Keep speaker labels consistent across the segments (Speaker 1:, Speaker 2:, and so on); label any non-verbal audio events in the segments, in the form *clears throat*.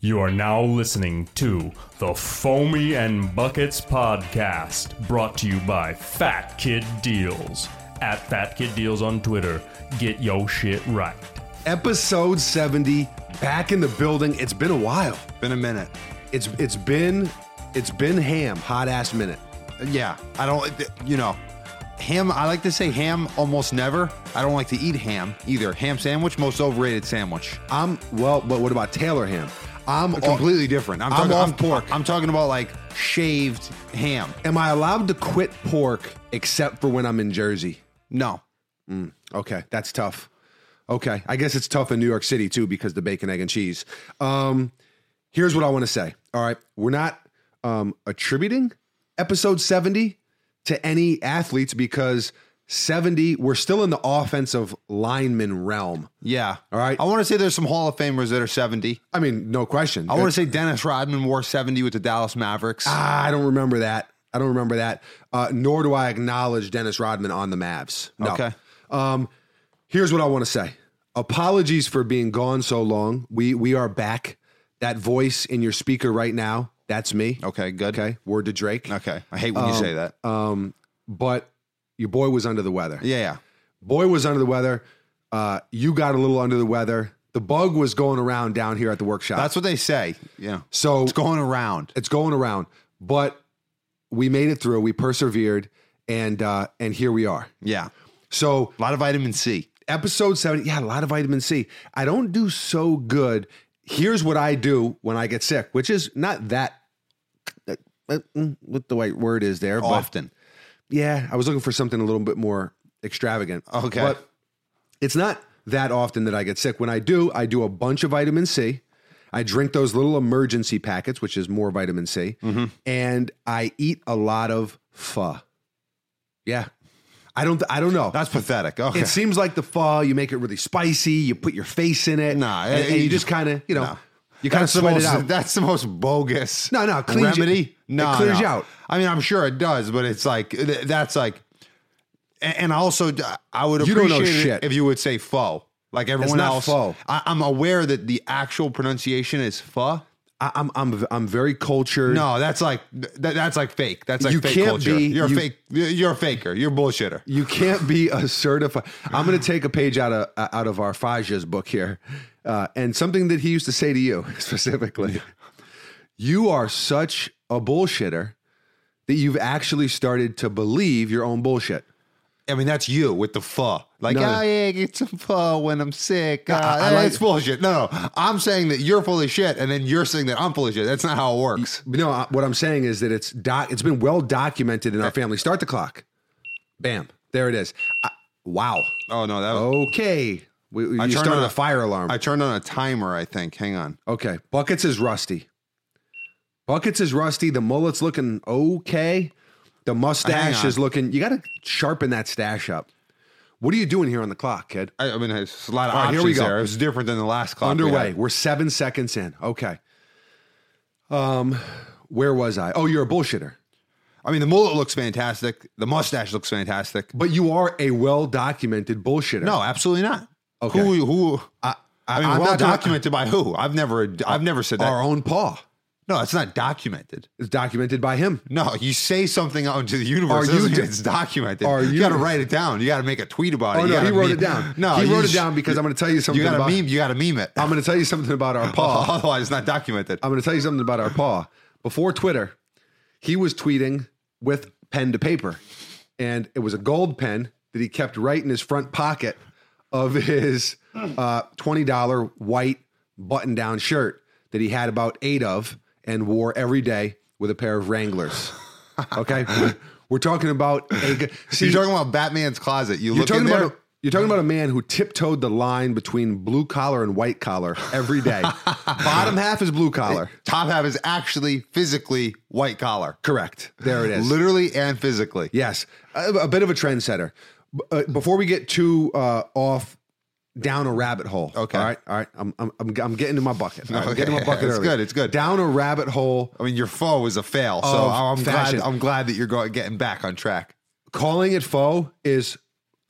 Speaker 1: You are now listening to the Foamy and Buckets podcast, brought to you by Fat Kid Deals. At Fat Kid Deals on Twitter, get yo shit right.
Speaker 2: episode 70 back in the building it's been a while been a minute it's it's been it's been ham hot ass minute
Speaker 3: Yeah, I don't. uh, You know, ham. I like to say ham almost never. I don't like to eat ham either. Ham sandwich, most overrated sandwich.
Speaker 2: i'm well but what about taylor ham i'm all-
Speaker 3: Completely different. I'm, talking,
Speaker 2: off
Speaker 3: I'm-
Speaker 2: pork
Speaker 3: I'm talking about like shaved ham.
Speaker 2: am i allowed to quit pork except for when i'm in jersey
Speaker 3: No,
Speaker 2: okay that's tough okay i guess it's tough in new york city too because the bacon egg and cheese um here's what i want to say all right we're not um attributing episode 70 to any athletes because 70 we're still in the offensive lineman realm
Speaker 3: yeah.
Speaker 2: All right.
Speaker 3: I want to say there's some Hall of Famers that are 70.
Speaker 2: i mean no question
Speaker 3: I want to say Dennis Rodman wore 70 with the Dallas Mavericks.
Speaker 2: Ah, i don't remember that i don't remember that uh nor do i acknowledge dennis rodman on the mavs no.
Speaker 3: Okay.
Speaker 2: here's what I want to say. Apologies for being gone so long. We we are back. That voice in your speaker right now, that's me.
Speaker 3: Okay. Um, Good.
Speaker 2: Okay. Word to Drake.
Speaker 3: Okay. I hate when you say that.
Speaker 2: But your boy was under the weather.
Speaker 3: yeah. Yeah.
Speaker 2: Boy was under the weather. Uh, you got a little under the weather. The bug was going around down here at the workshop.
Speaker 3: That's what they say. Uh, Yeah.
Speaker 2: so
Speaker 3: It's going around.
Speaker 2: it's going around. But we made it through. We persevered, and uh, and here we are.
Speaker 3: Yeah.
Speaker 2: So
Speaker 3: A lot of vitamin C.
Speaker 2: episode 70 yeah a lot of vitamin c i don't do so good here's what i do when i get sick which is not that uh, what the right word is there but
Speaker 3: Often.
Speaker 2: yeah i was looking for something a little bit more extravagant
Speaker 3: Okay.
Speaker 2: but it's not that often that i get sick when i do i do a bunch of vitamin c i drink those little emergency packets which is more vitamin c
Speaker 3: Mm-hmm.
Speaker 2: and i eat a lot of pho yeah i don't i don't know
Speaker 3: That's pathetic. Okay.
Speaker 2: it seems like the fall. You make it really spicy. You put your face in it.
Speaker 3: Nah,
Speaker 2: and,
Speaker 3: it-
Speaker 2: and you
Speaker 3: you
Speaker 2: just kind of, you know,
Speaker 3: no.
Speaker 2: you kind of
Speaker 3: the
Speaker 2: sweat
Speaker 3: most,
Speaker 2: it out.
Speaker 3: That's the most bogus.
Speaker 2: No, no, it cleans you-
Speaker 3: remedy.
Speaker 2: it
Speaker 3: no,
Speaker 2: clears
Speaker 3: no.
Speaker 2: you out.
Speaker 3: I mean, I'm sure it does, but it's like th- that's like, and, and also I would
Speaker 2: You don't know
Speaker 3: appreciate it
Speaker 2: shit.
Speaker 3: if you would say "faux" like everyone
Speaker 2: not
Speaker 3: else.
Speaker 2: "faux."
Speaker 3: I, I'm aware that the actual pronunciation is "pho."
Speaker 2: I, I'm, I'm, I'm very cultured.
Speaker 3: No, that's like th- that's like fake. That's like
Speaker 2: You
Speaker 3: fake
Speaker 2: can't
Speaker 3: culture.
Speaker 2: be-
Speaker 3: you're
Speaker 2: you-
Speaker 3: a fake. You're a faker. You're a bullshitter.
Speaker 2: You can't be a certified. I'm going to take a page out of out of our Faja's book here, uh, and something that he used to say to you *laughs* specifically. You are such a bullshitter that you've actually started to believe your own bullshit.
Speaker 3: I mean, that's you with the pho. Like,
Speaker 2: No, no.
Speaker 3: oh yeah, get some pho when I'm sick. Uh,
Speaker 2: I- I like-
Speaker 3: that's bullshit. No, no, I'm saying that you're full of shit, and then you're saying that I'm full of shit. That's not how it works.
Speaker 2: But no, I- what I'm saying is that it's doc. It's been well documented in our family. Start the clock. Bam. There it is. I, wow.
Speaker 3: Oh no, that was,
Speaker 2: Okay. We, we-
Speaker 3: I
Speaker 2: you
Speaker 3: turned
Speaker 2: started
Speaker 3: on
Speaker 2: a
Speaker 3: a-
Speaker 2: fire alarm.
Speaker 3: I turned on a timer. I think. Hang on.
Speaker 2: okay. Buckets is rusty. Buckets is rusty. The mullet's looking okay. The mustache
Speaker 3: on.
Speaker 2: is looking. You got to sharpen that stash up. What are you doing here on the clock, kid?
Speaker 3: I, I mean, there's a lot of
Speaker 2: All right,
Speaker 3: options
Speaker 2: here we go.
Speaker 3: there. It was different than the last clock. we
Speaker 2: Underway.
Speaker 3: had.
Speaker 2: We're seven seconds in. Okay. Um, where was I? Oh, you're a bullshitter.
Speaker 3: I mean, the mullet looks fantastic. The mustache looks fantastic.
Speaker 2: But you are a well documented bullshitter.
Speaker 3: No, absolutely not.
Speaker 2: Okay.
Speaker 3: Who? Who? I,
Speaker 2: I-
Speaker 3: mean,
Speaker 2: I'm
Speaker 3: well
Speaker 2: not doing-
Speaker 3: documented by who? I've never. I've never said that.
Speaker 2: our own paw
Speaker 3: no, it's not documented.
Speaker 2: is documented by him.
Speaker 3: No, you say something out into the
Speaker 2: Are
Speaker 3: universe.
Speaker 2: you
Speaker 3: doesn't mean
Speaker 2: d-
Speaker 3: it's documented.
Speaker 2: are
Speaker 3: you,
Speaker 2: you-
Speaker 3: got to write it down. You got to make a tweet about it.
Speaker 2: Oh
Speaker 3: You
Speaker 2: no,
Speaker 3: gotta
Speaker 2: he wrote
Speaker 3: meme-
Speaker 2: it down.
Speaker 3: No,
Speaker 2: he
Speaker 3: you
Speaker 2: wrote it
Speaker 3: sh-
Speaker 2: down because I'm going to tell you something
Speaker 3: You got
Speaker 2: about.
Speaker 3: to meme. You got to meme it.
Speaker 2: I'm going to tell you something about our *laughs* paw.
Speaker 3: *laughs* Otherwise, it's not documented.
Speaker 2: I'm going to tell you something about our paw. Before Twitter, he was tweeting with pen to paper, and it was a gold pen that he kept right in his front pocket of his uh, twenty dollar white button down shirt that he had about eight of and wore every day with a pair of Wranglers. *laughs* Okay, we're talking about a. g- See,
Speaker 3: You're talking about Batman's closet. You
Speaker 2: You're
Speaker 3: look in
Speaker 2: talking
Speaker 3: there.
Speaker 2: about a, you're talking about a man who tiptoed the line between blue collar and white collar every
Speaker 3: *laughs*
Speaker 2: day. Bottom half is blue collar.
Speaker 3: Top half is actually physically white collar.
Speaker 2: Correct. There it is.
Speaker 3: Literally and physically.
Speaker 2: Yes, a, a bit of a trendsetter. B- uh, before we get too uh, off down a rabbit hole.
Speaker 3: Okay.
Speaker 2: All right. All right. I'm I'm I'm, I'm getting to my bucket. All right, I'm
Speaker 3: Okay.
Speaker 2: getting to my bucket.
Speaker 3: *laughs* It's
Speaker 2: early.
Speaker 3: good, it's good.
Speaker 2: Down a rabbit hole.
Speaker 3: I mean, your foe was a fail. So
Speaker 2: Of
Speaker 3: I'm
Speaker 2: fashion.
Speaker 3: glad. I'm glad that you're going, getting back on track.
Speaker 2: Calling it faux is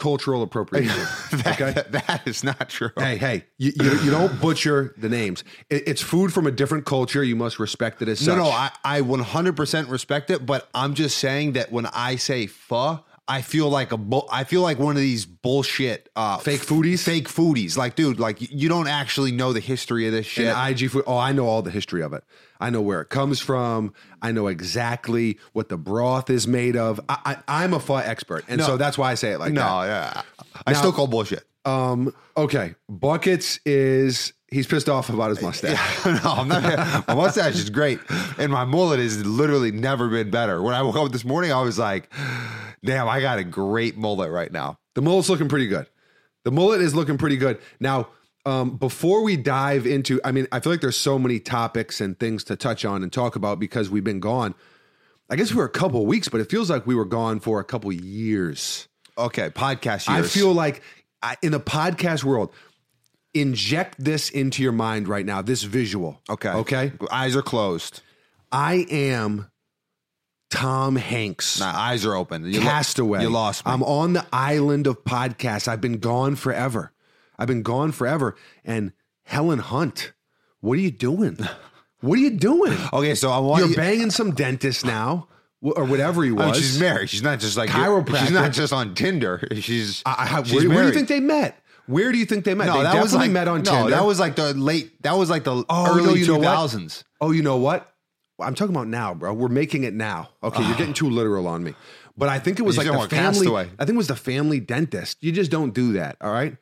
Speaker 2: cultural appropriation.
Speaker 3: *laughs* *laughs* That-
Speaker 2: okay.
Speaker 3: that is not true.
Speaker 2: Hey, hey, you, you, you don't butcher the names. It, it's food from a different culture. You must respect it as
Speaker 3: No,
Speaker 2: such.
Speaker 3: no, I, I 100% respect it, but I'm just saying that when I say pho, I feel like a bu- I feel like one of these bullshit uh,
Speaker 2: Fake foodies?
Speaker 3: fake foodies. Like, dude, like y- you don't actually know the history of this shit.
Speaker 2: And IG food. Oh, I know all the history of it. I know where it comes from. I know exactly what the broth is made of. I, I, I'm a pho expert, and so that's why I say it like
Speaker 3: no,
Speaker 2: that.
Speaker 3: yeah, I
Speaker 2: Now-
Speaker 3: still call *laughs* bullshit.
Speaker 2: Um, okay, buckets is he's pissed off about his mustache.
Speaker 3: no, I'm not. My mustache is great, and my mullet has literally never been better. When I woke up this morning, I was like, "Damn, I got a great mullet right now."
Speaker 2: The mullet's looking pretty good. The mullet is looking pretty good. Now, um, before we dive into, I mean, I feel like there's so many topics and things to touch on and talk about because we've been gone. I guess we were a couple weeks, but it feels like we were gone for a couple years.
Speaker 3: Okay, podcast. Years.
Speaker 2: I feel like I, in the podcast world, inject this into your mind right now, this visual.
Speaker 3: okay.
Speaker 2: Okay.
Speaker 3: eyes are closed.
Speaker 2: I am Tom Hanks.
Speaker 3: Nah, eyes are open. You lo-
Speaker 2: Castaway.
Speaker 3: you lost me.
Speaker 2: I'm on the island of podcasts. I've been gone forever. I've been gone forever. And Helen Hunt, what are you
Speaker 3: *laughs*
Speaker 2: doing? What are you doing?
Speaker 3: Okay, so I want
Speaker 2: You're
Speaker 3: you.
Speaker 2: banging some dentist now, wh- or whatever he
Speaker 3: Oh,
Speaker 2: was.
Speaker 3: she's married. She's not just like
Speaker 2: Chiropractor.
Speaker 3: She's not just on Tinder. *laughs* She's.
Speaker 2: I- I-
Speaker 3: she's
Speaker 2: where, where do you
Speaker 3: married.
Speaker 2: think they met? Where do you think they met?
Speaker 3: No,
Speaker 2: they
Speaker 3: that
Speaker 2: definitely
Speaker 3: was like
Speaker 2: met on
Speaker 3: no,
Speaker 2: Tinder.
Speaker 3: that was like the late. That was like the
Speaker 2: Oh, no,
Speaker 3: early
Speaker 2: you know
Speaker 3: two
Speaker 2: what?
Speaker 3: thousands.
Speaker 2: Oh, you know what? I'm talking about now, bro. We're making it now. Okay, you're getting too literal on me. But I think it was
Speaker 3: Ah. You're
Speaker 2: like
Speaker 3: talking
Speaker 2: the
Speaker 3: about
Speaker 2: family.
Speaker 3: Castaway.
Speaker 2: I think it was the family dentist. You just don't do that. All right.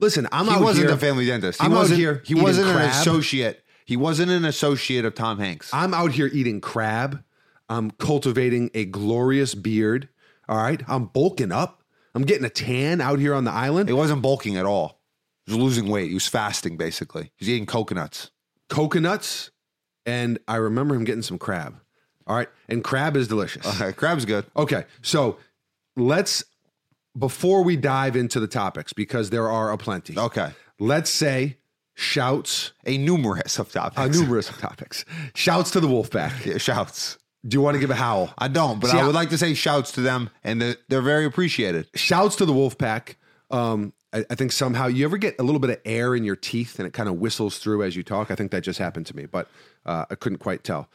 Speaker 2: Listen, I'm
Speaker 3: He
Speaker 2: out
Speaker 3: wasn't
Speaker 2: here.
Speaker 3: the family dentist. He
Speaker 2: I'm out
Speaker 3: wasn't
Speaker 2: here
Speaker 3: He
Speaker 2: eating
Speaker 3: wasn't an
Speaker 2: crab.
Speaker 3: associate. He wasn't an associate of Tom Hanks.
Speaker 2: I'm out here eating crab. I'm cultivating a glorious beard. All right. I'm bulking up. I'm getting a tan out here on the island.
Speaker 3: He wasn't bulking at all. He was losing weight. He was fasting basically. He's eating coconuts. *laughs*
Speaker 2: Coconuts, and I remember him getting some crab. All right, and crab is delicious.
Speaker 3: Okay, crab's good.
Speaker 2: Okay, so let's before we dive into the topics because there are aplenty.
Speaker 3: Oh, Okay,
Speaker 2: Let's say shouts,
Speaker 3: a numerous of Tom
Speaker 2: uh,
Speaker 3: Hanks.
Speaker 2: numerous *laughs* topics. Shouts to the wolf pack.
Speaker 3: Yeah, *laughs* shouts.
Speaker 2: Do you want to give a howl?
Speaker 3: I don't, but
Speaker 2: See,
Speaker 3: I
Speaker 2: I-
Speaker 3: would like to say shouts to them, and they're, they're very appreciated.
Speaker 2: Shouts to the wolf pack. Um, I, I think somehow you ever get a little bit of air in your teeth and it kind of whistles through as you talk. I think that just happened to me, but uh, I couldn't quite tell.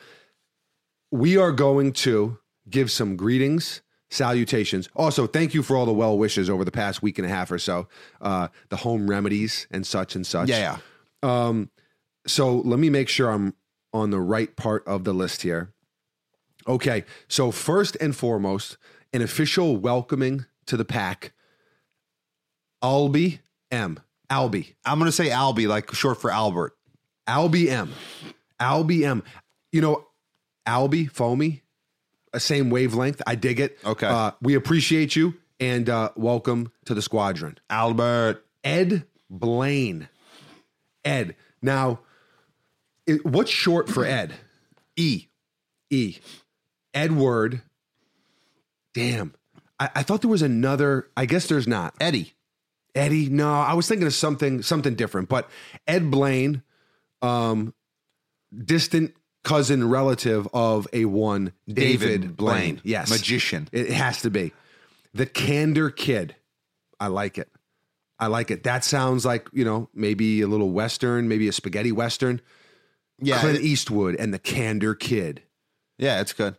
Speaker 2: We are going to give some greetings, salutations. Also, thank you for all the well wishes over the past week and a half or so, uh, the home remedies and such and such.
Speaker 3: Yeah, yeah.
Speaker 2: So let me make sure I'm on the right part of the list here. Okay. So, first and foremost, an official welcoming to the pack. Albie M. Albie.
Speaker 3: I'm gonna say Albie, like short for Albert.
Speaker 2: Albie M. Albie M. You know, Albie, foamy, uh, same wavelength. I dig it.
Speaker 3: Okay.
Speaker 2: Uh, we appreciate you and uh, welcome to the squadron.
Speaker 3: Albert.
Speaker 2: Ed Blaine. Ed. Now, it, what's short for Ed?
Speaker 3: E.
Speaker 2: E. Edward. Damn. I, I thought there was another. I guess there's not.
Speaker 3: Eddie.
Speaker 2: Eddie. No, I was thinking of something something different. But Ed Blaine, um, distant cousin relative of a one David, Blaine. Yes.
Speaker 3: Magician.
Speaker 2: it has to be. The Candor Kid. I like it. I like it. That sounds like, you know, maybe a little Western, maybe a spaghetti Western.
Speaker 3: Yeah.
Speaker 2: Clint
Speaker 3: it-
Speaker 2: Eastwood and the Candor Kid.
Speaker 3: E- yeah, it's good.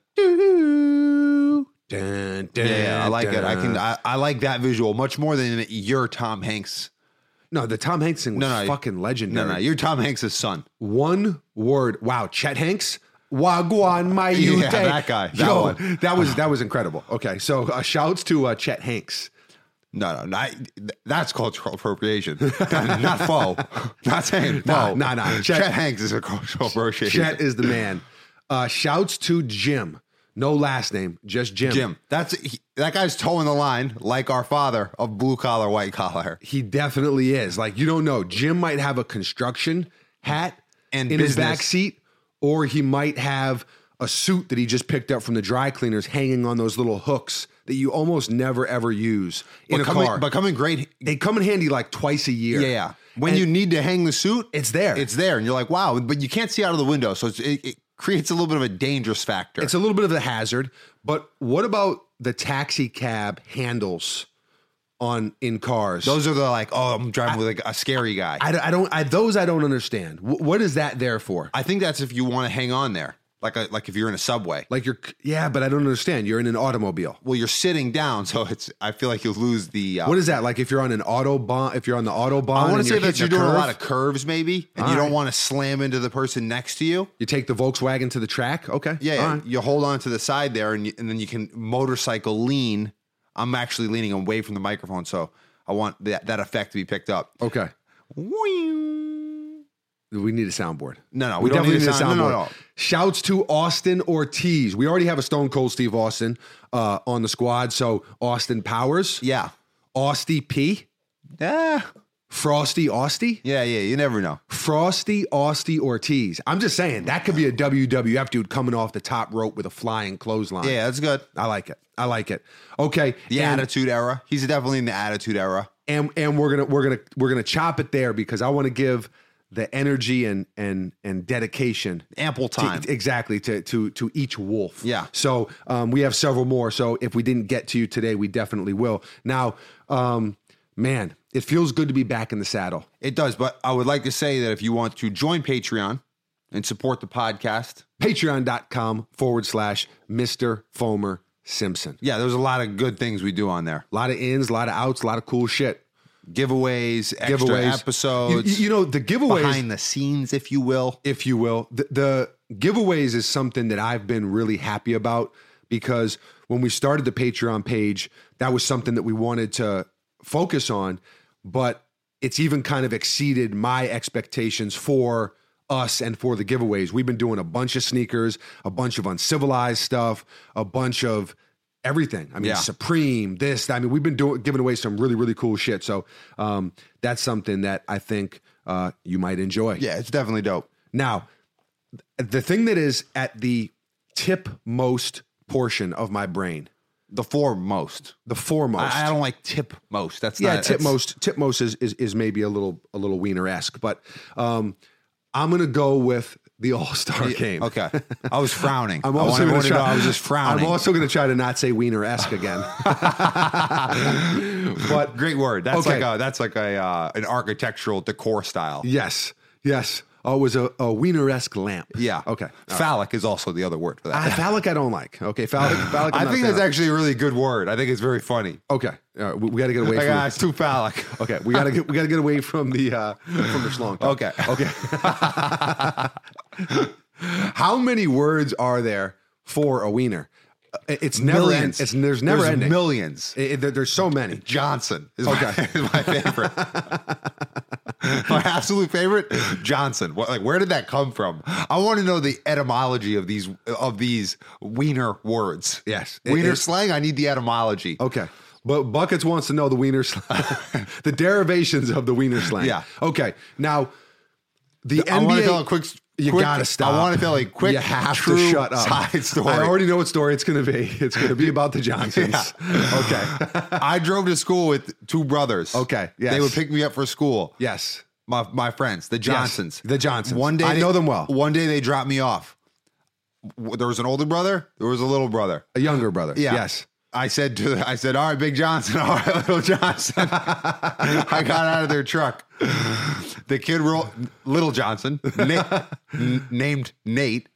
Speaker 2: Dun, dun,
Speaker 3: Yeah, I like it. I can
Speaker 2: dun.
Speaker 3: I, I like that visual much more than your Tom Hanks.
Speaker 2: No, the Tom Hanks thing was
Speaker 3: No, no,
Speaker 2: fucking legendary.
Speaker 3: No, no, you're Tom Hanks' son.
Speaker 2: One word. Wow, Chet Hanks. Wagwan my
Speaker 3: Yeah,
Speaker 2: you
Speaker 3: that guy, that
Speaker 2: Yo,
Speaker 3: one.
Speaker 2: that was that was incredible. Okay, so uh, shouts to uh, Chet Hanks.
Speaker 3: No, no, no I- th- that's cultural appropriation. *laughs* not faux. Not saying
Speaker 2: No,
Speaker 3: faux.
Speaker 2: no, no.
Speaker 3: Chet,
Speaker 2: Chet-
Speaker 3: Hanks is a cultural appropriation.
Speaker 2: Chet is the man. Uh, shouts to Jim. No last name, just Jim.
Speaker 3: Jim. That's he, that guy's toeing the line, like our father of blue collar, white collar,
Speaker 2: He definitely is. Like you don't know. Jim might have a construction hat
Speaker 3: And
Speaker 2: in his
Speaker 3: business.
Speaker 2: back seat, or he might have a suit that he just picked up from the dry cleaners, hanging on those little hooks that you almost never ever use in
Speaker 3: But
Speaker 2: a
Speaker 3: coming-
Speaker 2: car.
Speaker 3: But coming great,
Speaker 2: they come in handy like twice a year.
Speaker 3: yeah, yeah. When you need to hang the suit,
Speaker 2: it's there.
Speaker 3: it's there, and you're like, wow, but you can't see out of the window, so it's, it, it creates a little bit of a dangerous factor.
Speaker 2: It's a little bit of a hazard, but what about the taxi cab handles on in cars.
Speaker 3: Those are the like, oh, I'm driving with like a scary guy. I,
Speaker 2: I, I don't I those I don't understand. Wh- what is that there for?
Speaker 3: think that's if you want to hang on there, like a, like if you're in a subway.
Speaker 2: Like you're yeah, but I don't understand. You're in an automobile.
Speaker 3: Well, you're sitting down, so it's. I feel like you lose the. Uh,
Speaker 2: What is that like? If you're on an autobahn, if you're on the autobahn,
Speaker 3: I want
Speaker 2: and
Speaker 3: to say that
Speaker 2: hitting
Speaker 3: you're doing a lot of
Speaker 2: curve,
Speaker 3: curves, maybe, and
Speaker 2: All
Speaker 3: you don't
Speaker 2: right.
Speaker 3: want to slam into the person next to you.
Speaker 2: You take the Volkswagen to the track. Okay,
Speaker 3: Yeah,
Speaker 2: All
Speaker 3: yeah.
Speaker 2: right.
Speaker 3: you hold on to the side there, and you, and then you can motorcycle lean. I'm actually leaning away from the microphone, so I want that, that effect to be picked up.
Speaker 2: okay.
Speaker 3: Wing.
Speaker 2: We need a soundboard.
Speaker 3: No, no, we, don't need a sound. No, no, no.
Speaker 2: Shouts to Austin Ortiz. We already have a Stone Cold Steve Austin uh, on the squad. So Austin Powers,
Speaker 3: Yeah,
Speaker 2: Austy P,
Speaker 3: yeah,
Speaker 2: Frosty Austy,
Speaker 3: yeah, yeah. You never know.
Speaker 2: Frosty Austy Ortiz. I'm just saying that could be a WWF dude coming off the top rope with a flying clothesline.
Speaker 3: Yeah, that's good.
Speaker 2: I like it. I like it. Okay,
Speaker 3: The
Speaker 2: and-
Speaker 3: attitude era. He's definitely in the attitude era.
Speaker 2: and and we're gonna we're gonna we're gonna chop it there because I want to give the energy and and and dedication
Speaker 3: Ample
Speaker 2: to-
Speaker 3: time.
Speaker 2: exactly to to to each wolf.
Speaker 3: Yeah.
Speaker 2: So um, we have several more. So if we didn't get to you today, we definitely will. Now, um, man, it feels good to be back in the saddle.
Speaker 3: It does, but I would like to say that if you want to join Patreon and support the podcast,
Speaker 2: Patreon.com forward slash Mr. Fomer Simpson.
Speaker 3: yeah, there's a lot of good things we do on there.
Speaker 2: A lot of ins, a lot of outs, a lot of cool shit.
Speaker 3: Giveaways, extra
Speaker 2: Giveaways,
Speaker 3: episodes,
Speaker 2: You, you- you know the giveaways.
Speaker 3: behind the scenes, if you will.
Speaker 2: if you will. The, the giveaways is something that I've been really happy about because when we started the Patreon page, that was something that we wanted to focus on, but it's even kind of exceeded my expectations for us and for the giveaways. We've been doing a bunch of sneakers, a bunch of uncivilized stuff, a bunch of everything. I mean,
Speaker 3: Yeah.
Speaker 2: Supreme, this. I mean, we've been doing giving away some really really cool shit. So um, that's something that I think uh, you might enjoy.
Speaker 3: Yeah, it's definitely dope.
Speaker 2: Now, th- the thing that is at the tipmost portion of my brain,
Speaker 3: The foremost.
Speaker 2: the foremost.
Speaker 3: I, I don't like tip most. That's
Speaker 2: yeah,
Speaker 3: not, that's-
Speaker 2: tipmost. Tipmost is, is is maybe a little a little wiener esque, but um, I'm gonna go with the All Star game.
Speaker 3: Okay, I was frowning.
Speaker 2: *laughs* I'm
Speaker 3: I want
Speaker 2: also
Speaker 3: everyone
Speaker 2: gonna
Speaker 3: to know
Speaker 2: try.
Speaker 3: I was just
Speaker 2: *laughs*
Speaker 3: frowning.
Speaker 2: I'm also gonna try to not say wiener esque
Speaker 3: *laughs*
Speaker 2: again. but
Speaker 3: Great word. That's
Speaker 2: Okay.
Speaker 3: like a that's like a uh, an architectural decor style.
Speaker 2: yes, yes. Oh, it was a, a wiener esque lamp.
Speaker 3: Yeah.
Speaker 2: Okay.
Speaker 3: Phallic is also the other word for *laughs* that.
Speaker 2: Uh, phallic, I don't like. Okay, phallic. phallic I'm
Speaker 3: I
Speaker 2: not a
Speaker 3: think
Speaker 2: fan
Speaker 3: that's
Speaker 2: of.
Speaker 3: actually a really good word. I think it's very funny.
Speaker 2: okay. All right, we, got to get away
Speaker 3: Like,
Speaker 2: from.
Speaker 3: ah, it's too phallic. *laughs*
Speaker 2: Okay, we gotta get we gotta get away from the uh, from the schlong. talk.
Speaker 3: Okay.
Speaker 2: okay. How many words are there for a wiener? Uh, It's never end-
Speaker 3: Millions.
Speaker 2: It's there's never
Speaker 3: There's
Speaker 2: ending.
Speaker 3: millions.
Speaker 2: It- it- there- there's so many.
Speaker 3: Johnson is okay. my, *laughs* is my favorite. my absolute favorite, Johnson. What, like, where did that come from? I want to know the etymology of these of these wiener words.
Speaker 2: Yes. It-
Speaker 3: wiener
Speaker 2: it-
Speaker 3: slang. I need the etymology.
Speaker 2: Okay. But Buckets wants to know the wiener slang, *laughs* the derivations of the wiener slang.
Speaker 3: Yeah.
Speaker 2: Okay. Now, the
Speaker 3: I want
Speaker 2: NBA.
Speaker 3: to tell a quick. s-
Speaker 2: you
Speaker 3: quick-
Speaker 2: gotta stop.
Speaker 3: I want to tell a quick.
Speaker 2: You have
Speaker 3: true
Speaker 2: to shut up.
Speaker 3: Side story.
Speaker 2: I already know what story it's going to be. It's going to be about the
Speaker 3: *laughs*
Speaker 2: Johnsons. Okay.
Speaker 3: I drove to school with two brothers.
Speaker 2: Okay, yes.
Speaker 3: They would pick me up for school.
Speaker 2: Yes.
Speaker 3: My my friends, the Johnsons.
Speaker 2: the Johnsons.
Speaker 3: One day
Speaker 2: I
Speaker 3: they-
Speaker 2: know them well.
Speaker 3: One day they dropped me off. W- There was an older brother, there was a little brother.
Speaker 2: A younger brother.
Speaker 3: Yeah.
Speaker 2: Yes.
Speaker 3: I said to I said, "All right, Big Johnson, *laughs* all right, Little Johnson." *laughs* I got out of their truck. The kid, roll, Little Johnson, na- n- named Nate,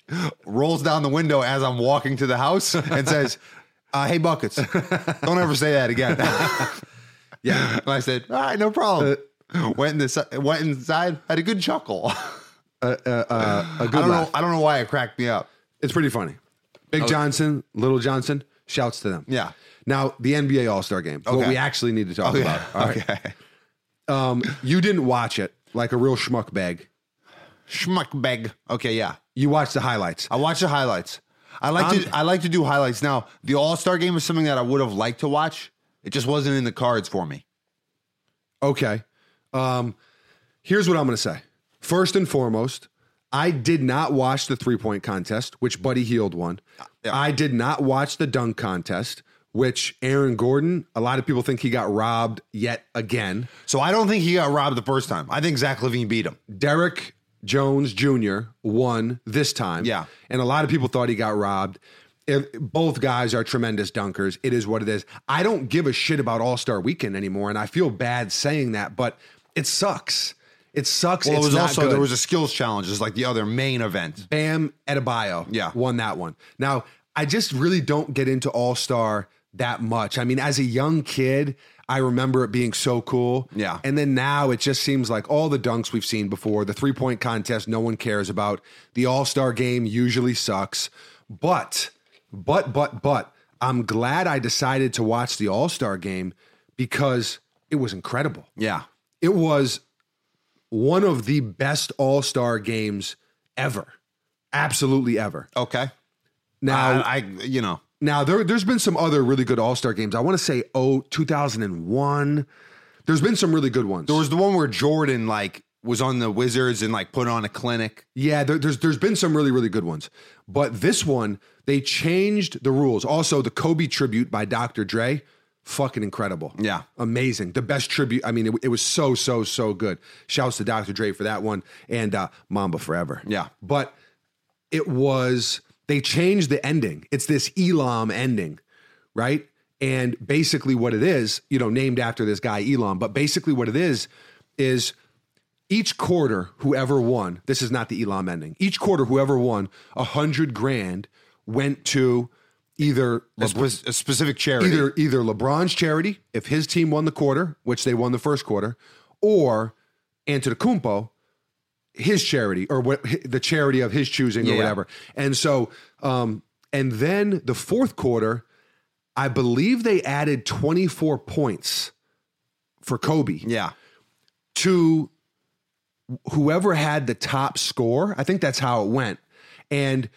Speaker 3: rolls down the window as I'm walking to the house and says, uh, "Hey, buckets, don't ever say that again." *laughs*
Speaker 2: Yeah.
Speaker 3: And I said, "All right, no problem." went in the si- went inside, had a good chuckle. *laughs*
Speaker 2: A
Speaker 3: I
Speaker 2: good
Speaker 3: don't
Speaker 2: laugh.
Speaker 3: know. I don't know why it cracked me up.
Speaker 2: It's pretty funny. Big Johnson, Little Johnson, shouts to them.
Speaker 3: Yeah.
Speaker 2: Now, the NBA All Star game, what
Speaker 3: Okay.
Speaker 2: we actually need to talk
Speaker 3: Okay. *laughs*
Speaker 2: about. All right.
Speaker 3: Okay.
Speaker 2: Um, you didn't watch it like a real schmuck bag.
Speaker 3: Schmuck bag. Okay, yeah.
Speaker 2: You watched the highlights.
Speaker 3: I watch the highlights. I like to I like to do highlights. Now, the All Star game is something that I would have liked to watch. It just wasn't in the cards for me.
Speaker 2: Okay. Um, here's what I'm going to say. First and foremost, I did not watch the three point contest, which Buddy Healed won.
Speaker 3: Yeah.
Speaker 2: I did not watch the dunk contest, which Aaron Gordon, a lot of people think he got robbed yet again.
Speaker 3: So I don't think he got robbed the first time. I think Zach Levine beat him.
Speaker 2: Derek Jones Jr. won this time.
Speaker 3: Yeah.
Speaker 2: And a lot of people thought he got robbed. If, both guys are tremendous dunkers. It is what it is. I don't give a shit about All Star Weekend anymore, and I feel bad saying that, but it sucks. It sucks.
Speaker 3: Well,
Speaker 2: it's
Speaker 3: it was
Speaker 2: not
Speaker 3: also
Speaker 2: good.
Speaker 3: there was a skills challenge, just like the other main event.
Speaker 2: Bam Adebayo.
Speaker 3: Yeah.
Speaker 2: Won that one. Now, I just really don't get into All Star that much. I mean, as a young kid, I remember it being so cool.
Speaker 3: Yeah.
Speaker 2: And then now it just seems like all the dunks we've seen before, the three point contest, no one cares about. The All Star game usually sucks. But, but, but, but, I'm glad I decided to watch the All Star game because it was incredible
Speaker 3: Yeah,
Speaker 2: it was one of the best All Star games ever, absolutely ever.
Speaker 3: okay. Uh,
Speaker 2: Now,
Speaker 3: I, I you know
Speaker 2: now there, there's been some other really good All Star games. I want to say oh 2001. There's been some really good ones.
Speaker 3: there was the one where Jordan like was on the Wizards and like put on a clinic.
Speaker 2: yeah, there, there's there's been some really really good ones, but this one they changed the rules. Also, the Kobe tribute by Dr. Dre, fucking incredible.
Speaker 3: Yeah.
Speaker 2: amazing. The best tribute. I mean, it, it was so so so good. Shouts to Dr. Dre for that one and uh, Mamba Forever.
Speaker 3: Yeah.
Speaker 2: but it was they changed the ending. It's this Elam ending, right? And basically, what it is, you know, named after this guy Elam. But basically, what it is is each quarter, whoever won. This is not the Elam ending. Each quarter, whoever won a hundred grand went to either
Speaker 3: A, spe- a specific charity.
Speaker 2: either either LeBron's charity if his team won the quarter, which they won the first quarter, or Antetokounmpo, his charity or what the charity of his choosing or
Speaker 3: Yeah.
Speaker 2: whatever. And so, um, and then the fourth quarter, I believe they added twenty four points for Kobe
Speaker 3: yeah,
Speaker 2: to whoever had the top score. I think that's how it went. And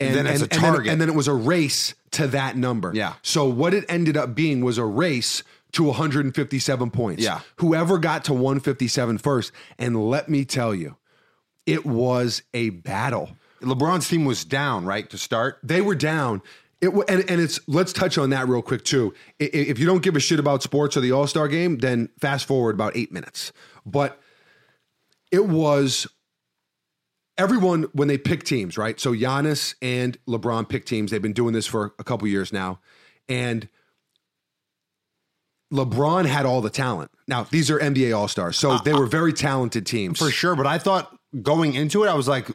Speaker 2: and
Speaker 3: Then it's
Speaker 2: and-
Speaker 3: a
Speaker 2: and then-
Speaker 3: target.
Speaker 2: and then it was a race to that number.
Speaker 3: Yeah.
Speaker 2: So what it ended up being was a race to 157 points.
Speaker 3: Yeah.
Speaker 2: Whoever got to 157 first, and let me tell you, it was a battle
Speaker 3: LeBron's team was down right to start.
Speaker 2: they were down. It wa- and and it's let's touch on that real quick too. I- i- If you don't give a shit about sports or the All Star game, then fast forward about eight minutes. But it was everyone when they pick teams, right? So Giannis and LeBron pick teams. They've been doing this for a couple years now, and LeBron had all the talent. Now these are NBA All Stars, so they were very talented teams
Speaker 3: for sure. But I thought going into it, I was like,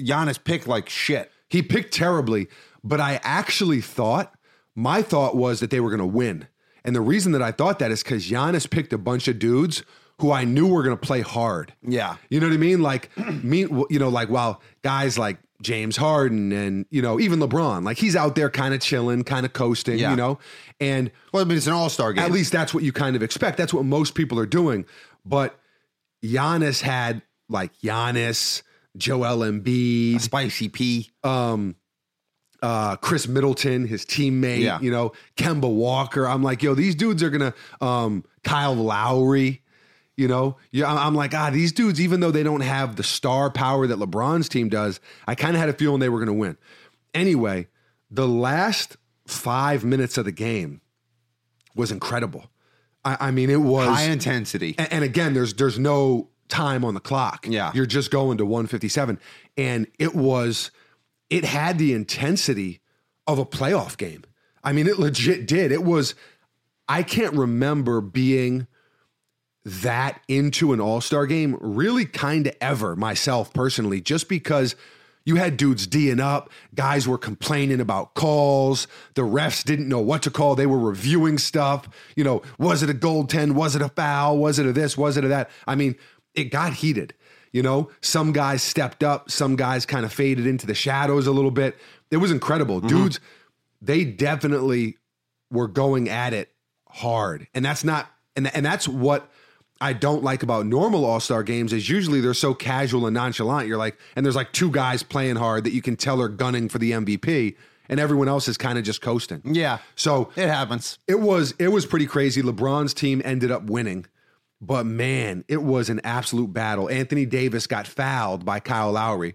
Speaker 3: Giannis picked like shit.
Speaker 2: He picked terribly, but I actually thought my thought was that they were going to win. And the reason that I thought that is because Giannis picked a bunch of dudes who I knew were going to play hard.
Speaker 3: Yeah.
Speaker 2: You know what I mean? Like *clears throat* me, you know, like wow, guys like James Harden and you know even LeBron, like he's out there kind of chilling, kind of coasting,
Speaker 3: Yeah.
Speaker 2: you know. And
Speaker 3: Well, I mean, it's an All Star game.
Speaker 2: at least that's what you kind of expect. That's what most people are doing. But Giannis had like Giannis, Joel Embiid,
Speaker 3: spicy P.
Speaker 2: uh, Chris Middleton, his teammate,
Speaker 3: Yeah.
Speaker 2: you know, Kemba Walker. I'm like, yo, these dudes are gonna um, Kyle Lowry. You know, yeah, I'm- I'm like, ah, these dudes, even though they don't have the star power that LeBron's team does, I kind of had a feeling they were gonna win. Anyway, the last five minutes of the game was incredible. I, I mean, it was
Speaker 3: High intensity.
Speaker 2: and, and again, there's there's no time on the clock.
Speaker 3: Yeah.
Speaker 2: you're just going to 157, and it was it had the intensity of a playoff game. I mean, it legit did. It was I can't remember being that into an All Star game really kind of ever myself personally, just because. You had dudes D'ing up. Guys were complaining about calls. The refs didn't know what to call. They were reviewing stuff. You know, was it a goaltend? Was it a foul? Was it a this? Was it a that? I mean, it got heated. You know, some guys stepped up. Some guys kind of faded into the shadows a little bit. It was incredible. Dudes, they definitely were going at it hard. And that's not and and that's what I don't like about normal all-star games is usually they're so casual and nonchalant. You're like and there's like two guys playing hard that you can tell are gunning for the MVP and everyone else is kind of just coasting.
Speaker 3: yeah,
Speaker 2: So
Speaker 3: it happens.
Speaker 2: it was it was pretty crazy. LeBron's team ended up winning, but man, it was an absolute battle. Anthony Davis got fouled by Kyle Lowry,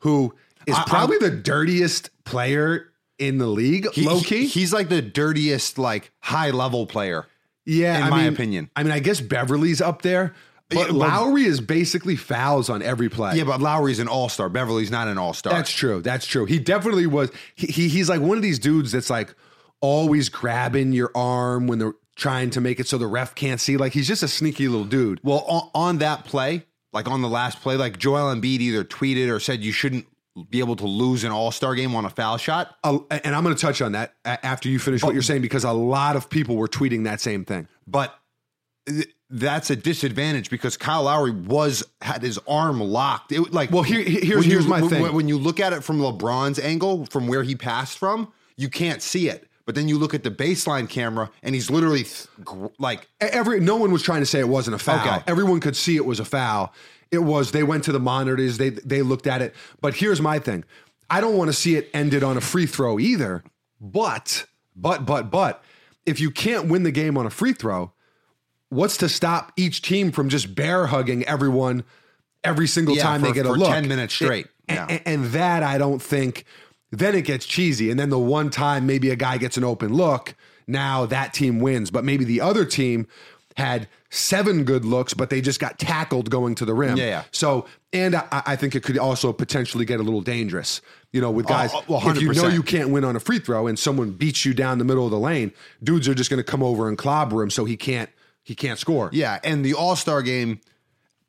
Speaker 2: who is
Speaker 3: I- I-
Speaker 2: probably the dirtiest player in the league, low key.
Speaker 3: He- he's like the dirtiest, like high level player.
Speaker 2: Yeah,
Speaker 3: in
Speaker 2: I
Speaker 3: my
Speaker 2: mean-
Speaker 3: opinion.
Speaker 2: I mean, I guess Beverly's up there. But Lowry is basically fouls on every play.
Speaker 3: Yeah, but Lowry's an all star. Beverly's not an all star.
Speaker 2: That's true. That's true. He definitely was. He, he he's like one of these dudes that's like always grabbing your arm when they're trying to make it so the ref can't see. Like he's just a sneaky little dude.
Speaker 3: Well, on, on that play, like on the last play, like Joel Embiid either tweeted or said you shouldn't be able to lose an all star game on a foul shot.
Speaker 2: A- and I'm going to touch on that a- after you finish what you're saying because a lot of people were tweeting that same thing.
Speaker 3: But th- that's a disadvantage because Kyle Lowry was had his arm locked. It like
Speaker 2: Well, here- here- here's-
Speaker 3: when you-
Speaker 2: here's my
Speaker 3: when-
Speaker 2: thing.
Speaker 3: When, you look at it from LeBron's angle, from where he passed from, you can't see it. But then you look at the baseline camera, and he's literally th- gr- like
Speaker 2: E- Every no one was trying to say it wasn't a foul.
Speaker 3: Okay.
Speaker 2: Everyone could see it was a foul. It was. They went to the monitors. They they looked at it. But here's my thing. I don't want to see it ended on a free throw either. But but but but if you can't win the game on a free throw, what's to stop each team from just bear hugging everyone every single
Speaker 3: Yeah,
Speaker 2: time they
Speaker 3: for-
Speaker 2: get a
Speaker 3: for
Speaker 2: look
Speaker 3: 10 minutes straight.
Speaker 2: And,
Speaker 3: Yeah.
Speaker 2: and- and that I don't think. Then it gets cheesy, and then the one time maybe a guy gets an open look, now that team wins. But maybe the other team had seven good looks, but they just got tackled going to the rim.
Speaker 3: Yeah, yeah.
Speaker 2: So, and I, I think it could also potentially get a little dangerous, you know, with guys.
Speaker 3: oh, well,
Speaker 2: if you know
Speaker 3: 100%.
Speaker 2: you can't win on a free throw, and someone beats you down the middle of the lane, dudes are just going to come over and clobber him, so he can't he can't score.
Speaker 3: Yeah, and the All Star game,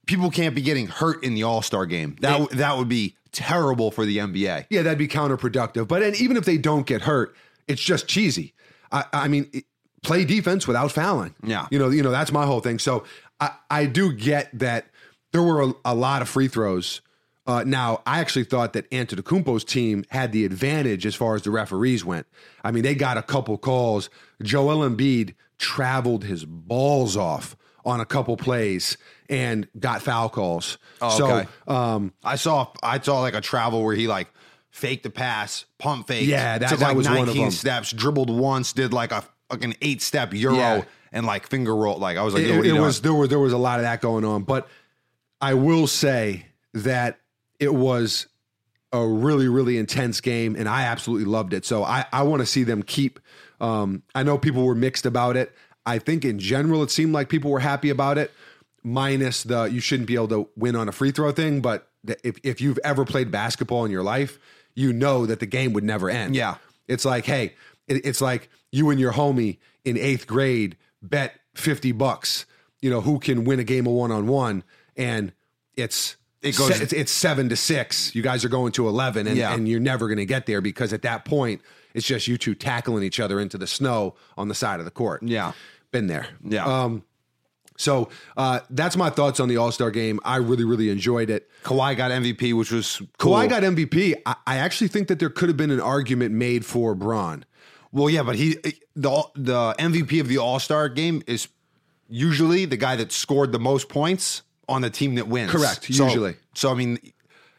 Speaker 3: people can't be getting hurt in the All Star game. That w that would be terrible for the NBA.
Speaker 2: yeah, that'd be counterproductive. But and even if they don't get hurt, it's just cheesy. I, I mean, it- play defense without fouling.
Speaker 3: Yeah.
Speaker 2: you know, you know that's my whole thing. So I, I do get that there were a, a lot of free throws. Uh, now I actually thought that Antetokounmpo's team had the advantage as far as the referees went. I mean, they got a couple calls. Joel Embiid traveled his balls off on a couple plays and got foul calls.
Speaker 3: Oh,
Speaker 2: so
Speaker 3: okay.
Speaker 2: um,
Speaker 3: I saw I saw like a travel where he like faked the pass, pump fake.
Speaker 2: Yeah, that-
Speaker 3: took
Speaker 2: that
Speaker 3: like
Speaker 2: was one of them.
Speaker 3: steps, dribbled once, did like a fucking eight step euro
Speaker 2: Yeah.
Speaker 3: and like finger roll. Like I was like,
Speaker 2: it,
Speaker 3: "Yo, what are
Speaker 2: it
Speaker 3: you
Speaker 2: was there were there was a lot of that going on but i will say that it was a really really intense game and i absolutely loved it so i i want to see them keep um i know people were mixed about it i think in general it seemed like people were happy about it minus the you shouldn't be able to win on a free throw thing but th- if, if you've ever played basketball in your life you know that the game would never end
Speaker 3: Yeah.
Speaker 2: it's like, hey, it- it's like you and your homie in eighth grade bet 50 bucks, you know, who can win a game of one on one. And it's,
Speaker 3: It goes-
Speaker 2: se- it's, it's seven to six. You guys are going to 11, and,
Speaker 3: Yeah.
Speaker 2: and you're never going to get there because at that point, it's just you two tackling each other into the snow on the side of the court.
Speaker 3: Yeah.
Speaker 2: Been there.
Speaker 3: Yeah.
Speaker 2: Um, so uh, that's my thoughts on the All Star game. I really, really enjoyed it.
Speaker 3: Kawhi got MVP, which was cool.
Speaker 2: Kawhi got MVP. I, I actually think that there could have been an argument made for Braun.
Speaker 3: well, yeah, but he eh, the the MVP of the All Star game is usually the guy that scored the most points on the team that wins.
Speaker 2: Correct,
Speaker 3: So-
Speaker 2: usually.
Speaker 3: So I mean,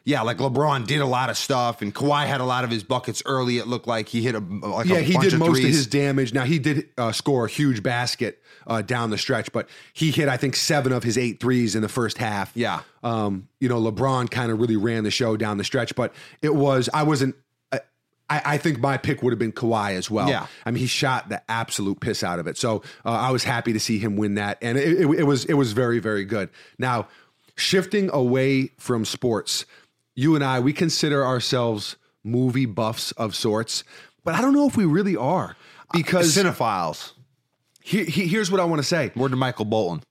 Speaker 3: yeah, like LeBron did a lot of stuff, and Kawhi had a lot of his buckets early. It looked like he hit a like
Speaker 2: yeah,
Speaker 3: a
Speaker 2: he
Speaker 3: bunch
Speaker 2: did
Speaker 3: of
Speaker 2: most of
Speaker 3: threes.
Speaker 2: his damage. Now he did uh, score a huge basket uh, down the stretch, but he hit I think seven of his eight threes in the first half.
Speaker 3: Yeah.
Speaker 2: um, you know LeBron kind of really ran the show down the stretch, but it was I wasn't. I, I I think my pick would have been Kawhi as well.
Speaker 3: Yeah.
Speaker 2: I mean he shot the absolute piss out of it, so uh, I was happy to see him win that, and it, it, it was it was very very good. Now shifting away from sports, you and I we consider ourselves movie buffs of sorts, but I don't know if we really are because
Speaker 3: cinephiles.
Speaker 2: he- he- here's what I want to say.
Speaker 3: Word to Michael Bolton.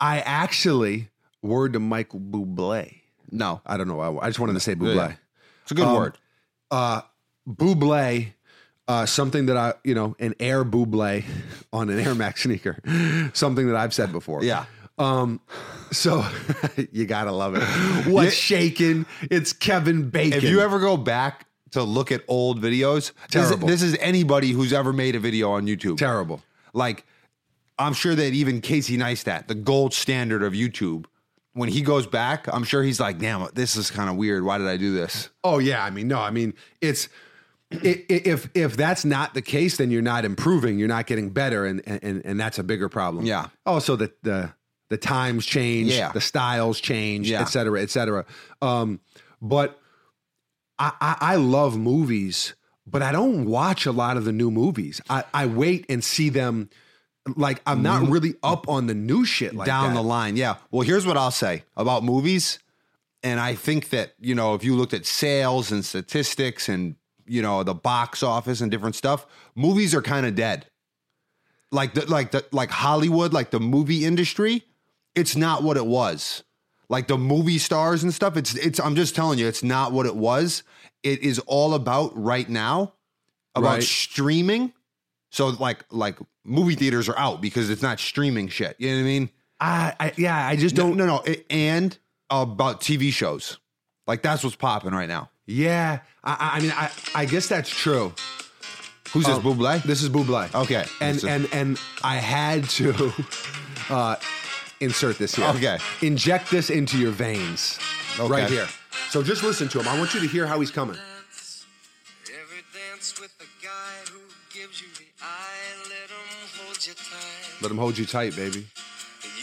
Speaker 2: I actually word to Michael Bublé.
Speaker 3: No,
Speaker 2: I don't know. I, I just wanted to say Bublé.
Speaker 3: Yeah. it's a good word.
Speaker 2: Buble, uh, something that I, you know, an Air Buble on an Air Max sneaker, something that I've said before.
Speaker 3: Yeah.
Speaker 2: Um, so *laughs* you gotta love it. What's shaking? It's Kevin Bacon.
Speaker 3: If you ever go back to look at old videos, this is,
Speaker 2: Terrible.
Speaker 3: this is anybody who's ever made a video on YouTube.
Speaker 2: terrible.
Speaker 3: like, I'm sure that even Casey Neistat, the gold standard of YouTube, when he goes back, I'm sure he's like, damn, this is kind of weird. Why did I do this?
Speaker 2: Oh yeah, I mean no, I mean it's i- i- if if that's not the case, then you're not improving, you're not getting better, and and and that's a bigger problem.
Speaker 3: Yeah.
Speaker 2: Also, the the the times change,
Speaker 3: Yeah.
Speaker 2: the styles change,
Speaker 3: Yeah.
Speaker 2: et cetera, et cetera. Um, but I, I I love movies, but I don't watch a lot of the new movies. I I wait and see them like I'm not really up on the new shit like
Speaker 3: Mm-hmm. down
Speaker 2: that.
Speaker 3: the line. Yeah. Well, here's what I'll say about movies. And I think that, you know, if you looked at sales and statistics and, you know, the box office and different stuff, movies are kind of dead. Like the like the like Hollywood, like the movie industry, it's not what it was. Like the movie stars and stuff, it's it's I'm just telling you, it's not what it was. It is all about right now about
Speaker 2: Right.
Speaker 3: streaming. So like like movie theaters are out because it's not streaming shit. You know what I mean?
Speaker 2: I, I yeah, I just don't
Speaker 3: No, no, no. It, and about TV shows, like that's what's popping right now.
Speaker 2: Yeah, I- I, I mean, I, I guess that's true.
Speaker 3: Who's this,
Speaker 2: Um,
Speaker 3: Buble?
Speaker 2: This is Buble.
Speaker 3: Okay.
Speaker 2: and
Speaker 3: This is-
Speaker 2: and and I had to *laughs* uh, insert this here.
Speaker 3: Okay.
Speaker 2: inject this into your veins
Speaker 3: Okay.
Speaker 2: right here. So just listen to him. I want you to hear how he's coming.
Speaker 4: dance. Every dance with the guy who gives you the eye. Let him hold you tight.
Speaker 2: Let him hold you tight, baby.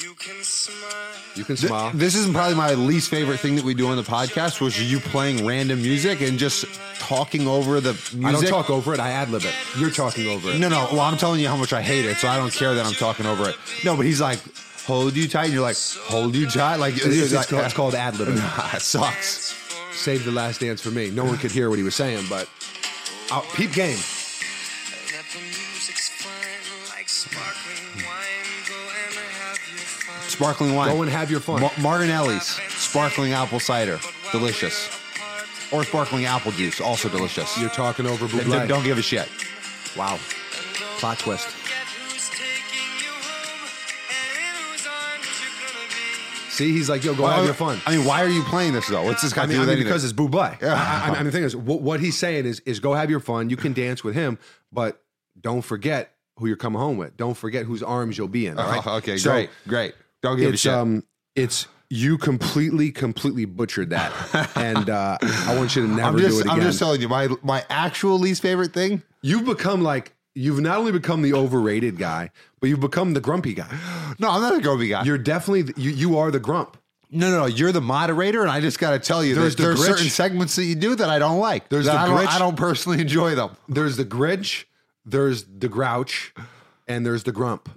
Speaker 4: You can smile.
Speaker 2: You can
Speaker 3: Th-
Speaker 2: smile.
Speaker 3: this is probably my least favorite thing that we do on the podcast, which is you playing random music and just talking over the music.
Speaker 2: I don't talk over it. I ad lib it. You're talking over it.
Speaker 3: No, no. Well, I'm telling you how much I hate it, so I don't care that I'm talking over it. No, but he's like, hold you tight, and you're like, hold you tight, like
Speaker 2: It's, it's
Speaker 3: like-
Speaker 2: called, it's called ad *laughs* libbing.
Speaker 3: *laughs* Nah, it sucks.
Speaker 2: Save the last dance for me. No one could hear what he was saying, but uh, peep game.
Speaker 4: Let the music's fine like sparkling wine. Go and have your fun.
Speaker 3: Sparkling wine.
Speaker 2: Go and have your fun.
Speaker 3: Ma- Martinelli's sparkling apple cider,
Speaker 4: But while
Speaker 3: delicious.
Speaker 4: we're apart,
Speaker 3: Or sparkling apple juice, also delicious.
Speaker 2: You're talking over
Speaker 3: Don't-
Speaker 2: Buble.
Speaker 3: Don't give a shit.
Speaker 2: Wow. Plot twist.
Speaker 4: forget who's taking you home and whose arms you're gonna be.
Speaker 2: See, he's like, yo, go have your fun.
Speaker 3: I mean, why are you playing this though? What's this got
Speaker 2: I
Speaker 3: to
Speaker 2: mean,
Speaker 3: do
Speaker 2: I
Speaker 3: with
Speaker 2: mean
Speaker 3: anything?
Speaker 2: because it's Buble. Yeah. I, I, I mean, the thing is, what, what he's saying is, is go have your fun. You can dance with him, but don't forget who you're coming home with. Don't forget whose arms you'll be in. All right?
Speaker 3: Oh, *laughs* okay,
Speaker 2: So,
Speaker 3: great, great. Don't give a
Speaker 2: It's
Speaker 3: shit.
Speaker 2: um, it's you completely, completely butchered
Speaker 3: *laughs*
Speaker 2: that, and uh, I want you to never
Speaker 3: I'm
Speaker 2: do it
Speaker 3: just,
Speaker 2: again.
Speaker 3: I'm just telling you, my my actual least favorite thing.
Speaker 2: you've become like you've not only become the overrated guy, but you've become the grumpy guy.
Speaker 3: No, I'm not a Gobi guy.
Speaker 2: You're definitely the- you. You are the grump.
Speaker 3: no, no, no. You're the moderator, and I just got to tell you,
Speaker 2: There's
Speaker 3: there's,
Speaker 2: the
Speaker 3: there's
Speaker 2: Grinch.
Speaker 3: certain segments that you do that I don't like.
Speaker 2: There's
Speaker 3: that
Speaker 2: the
Speaker 3: I, don't,
Speaker 2: Grinch.
Speaker 3: I don't personally enjoy *laughs* them.
Speaker 2: There's the Grinch. There's the Grouch, and there's the grump.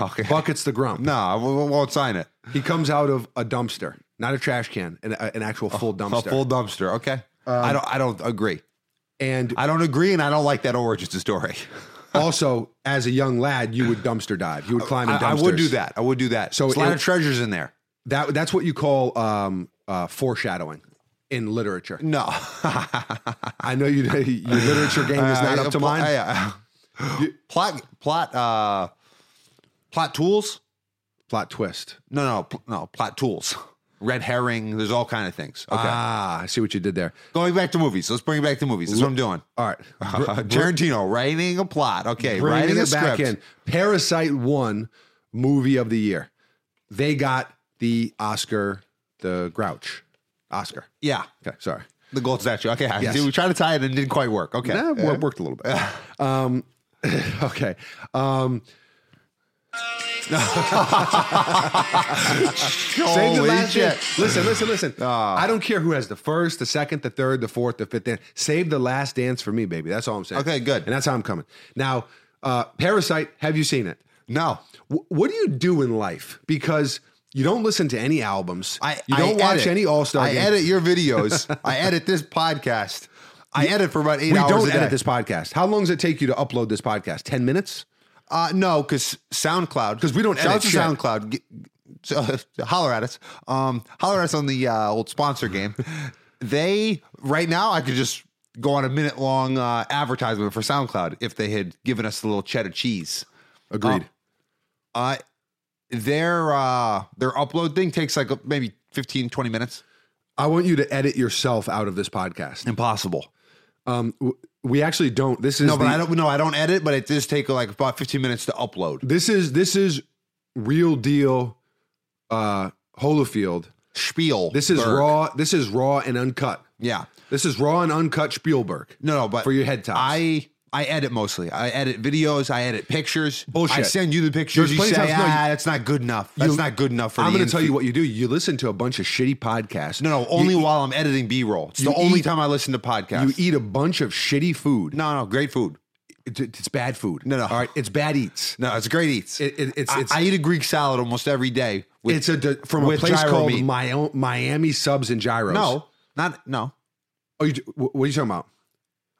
Speaker 3: okay.
Speaker 2: Bucket's the grump.
Speaker 3: No, I w- won't sign it.
Speaker 2: He comes out of a dumpster, not a trash can, an, a- an actual full dumpster.
Speaker 3: A full dumpster. Um, Okay. I don't. I don't agree.
Speaker 2: and
Speaker 3: I don't agree, and I don't like that origin story. *laughs*
Speaker 2: also, as a young lad, you would dumpster dive. You would climb in
Speaker 3: I,
Speaker 2: dumpsters.
Speaker 3: I would do that. I would do that.
Speaker 2: So
Speaker 3: So it's a lot
Speaker 2: it-
Speaker 3: of treasures in there.
Speaker 2: That that's what you call um, uh, foreshadowing in literature. *laughs*
Speaker 3: *laughs* No,
Speaker 2: I know you, *laughs* your literature game is not
Speaker 3: Uh,
Speaker 2: up to
Speaker 3: pl-
Speaker 2: mine. *laughs*
Speaker 3: uh, yeah. plot, plot, uh, plot tools.
Speaker 2: Plot twist.
Speaker 3: No, no, pl- no, plot tools. Red herring. There's all kind of things. Okay,
Speaker 2: Ah, I see what you did there.
Speaker 3: going back to movies. Let's bring it back to movies. That's what I'm doing. Uh,
Speaker 2: All right, Br- br-
Speaker 3: Tarantino writing a plot. Okay,
Speaker 2: bringing
Speaker 3: Uh-huh. writing a
Speaker 2: it back
Speaker 3: script.
Speaker 2: in. Parasite won movie of the year. They got the Oscar, the Grouch, Oscar.
Speaker 3: Yeah,
Speaker 2: Okay, sorry. *laughs*
Speaker 3: the gold statue. Okay, I
Speaker 2: Yes.
Speaker 3: see, we tried to tie it and it didn't quite work. Okay,
Speaker 2: Nah, it wor- worked a little bit.
Speaker 3: *laughs*
Speaker 2: Um, okay. Um, save the
Speaker 3: Holy
Speaker 2: last
Speaker 3: shit.
Speaker 2: dance. Listen, listen, listen.
Speaker 3: Ah.
Speaker 2: I don't care who has the first, the second, the third, the fourth, the fifth dance. Save the last dance for me, baby. That's all I'm saying.
Speaker 3: Okay, good.
Speaker 2: And that's how I'm coming. Now, uh, Parasite, have you seen it?
Speaker 3: No,
Speaker 2: Wh- what do you do in life? Because you don't listen to any albums.
Speaker 3: I
Speaker 2: you don't
Speaker 3: I
Speaker 2: watch
Speaker 3: edit.
Speaker 2: any All Star
Speaker 3: I
Speaker 2: games.
Speaker 3: edit
Speaker 2: *laughs*
Speaker 3: your videos. I edit this podcast. I edit for about eight
Speaker 2: we
Speaker 3: hours.
Speaker 2: don't
Speaker 3: a day.
Speaker 2: edit this podcast. How long does it take you to upload this podcast? 10 minutes?
Speaker 3: Uh, no, because SoundCloud. Because
Speaker 2: we don't edit
Speaker 3: shout out to
Speaker 2: shit.
Speaker 3: SoundCloud. G- uh, holler at us. Um, holler at us on the uh, old sponsor game.
Speaker 2: *laughs*
Speaker 3: they right now, I could just go on a minute long uh, advertisement for SoundCloud if they had given us a little cheddar cheese.
Speaker 2: Agreed.
Speaker 3: Um, Uh, their uh, their upload thing takes like maybe 15, 20 minutes.
Speaker 2: I want you to edit yourself out of this podcast.
Speaker 3: Impossible.
Speaker 2: Um, w- we actually don't. This is
Speaker 3: No, but
Speaker 2: the-
Speaker 3: I don't. No, I don't edit. But it does take like about fifteen minutes to upload.
Speaker 2: This is this is real deal. Uh, Holofield.
Speaker 3: Spiel.
Speaker 2: This is
Speaker 3: Berg.
Speaker 2: raw. This is raw and uncut.
Speaker 3: Yeah.
Speaker 2: This is raw and uncut Spielberg.
Speaker 3: No, no, but
Speaker 2: For your head tops.
Speaker 3: I I edit mostly. I edit videos. I edit pictures.
Speaker 2: Bullshit.
Speaker 3: I send you the pictures.
Speaker 2: There's
Speaker 3: you
Speaker 2: plenty
Speaker 3: say,
Speaker 2: of times- no,
Speaker 3: ah,
Speaker 2: you-
Speaker 3: that's not good enough. That's
Speaker 2: You-
Speaker 3: not good enough for.
Speaker 2: I'm
Speaker 3: the
Speaker 2: going to tell you
Speaker 3: inf-
Speaker 2: what you do. You listen to a bunch of shitty podcasts.
Speaker 3: No, no. Only
Speaker 2: you,
Speaker 3: while I'm editing B roll. It's
Speaker 2: you
Speaker 3: the only
Speaker 2: eat-
Speaker 3: time I listen to podcasts.
Speaker 2: you eat a bunch of shitty food.
Speaker 3: no, no. Great food.
Speaker 2: It, it- it's bad food.
Speaker 3: No, no.
Speaker 2: All right, it's bad eats.
Speaker 3: No, it's great eats.
Speaker 2: It- it- it's-
Speaker 3: I,
Speaker 2: it's-
Speaker 3: I eat a Greek salad almost every day. With,
Speaker 2: it's a d- from a
Speaker 3: with
Speaker 2: place
Speaker 3: gyro
Speaker 2: called
Speaker 3: meat.
Speaker 2: Mi- Miami Subs and Gyros.
Speaker 3: no, not no.
Speaker 2: oh, you, d- wh- what are you talking about?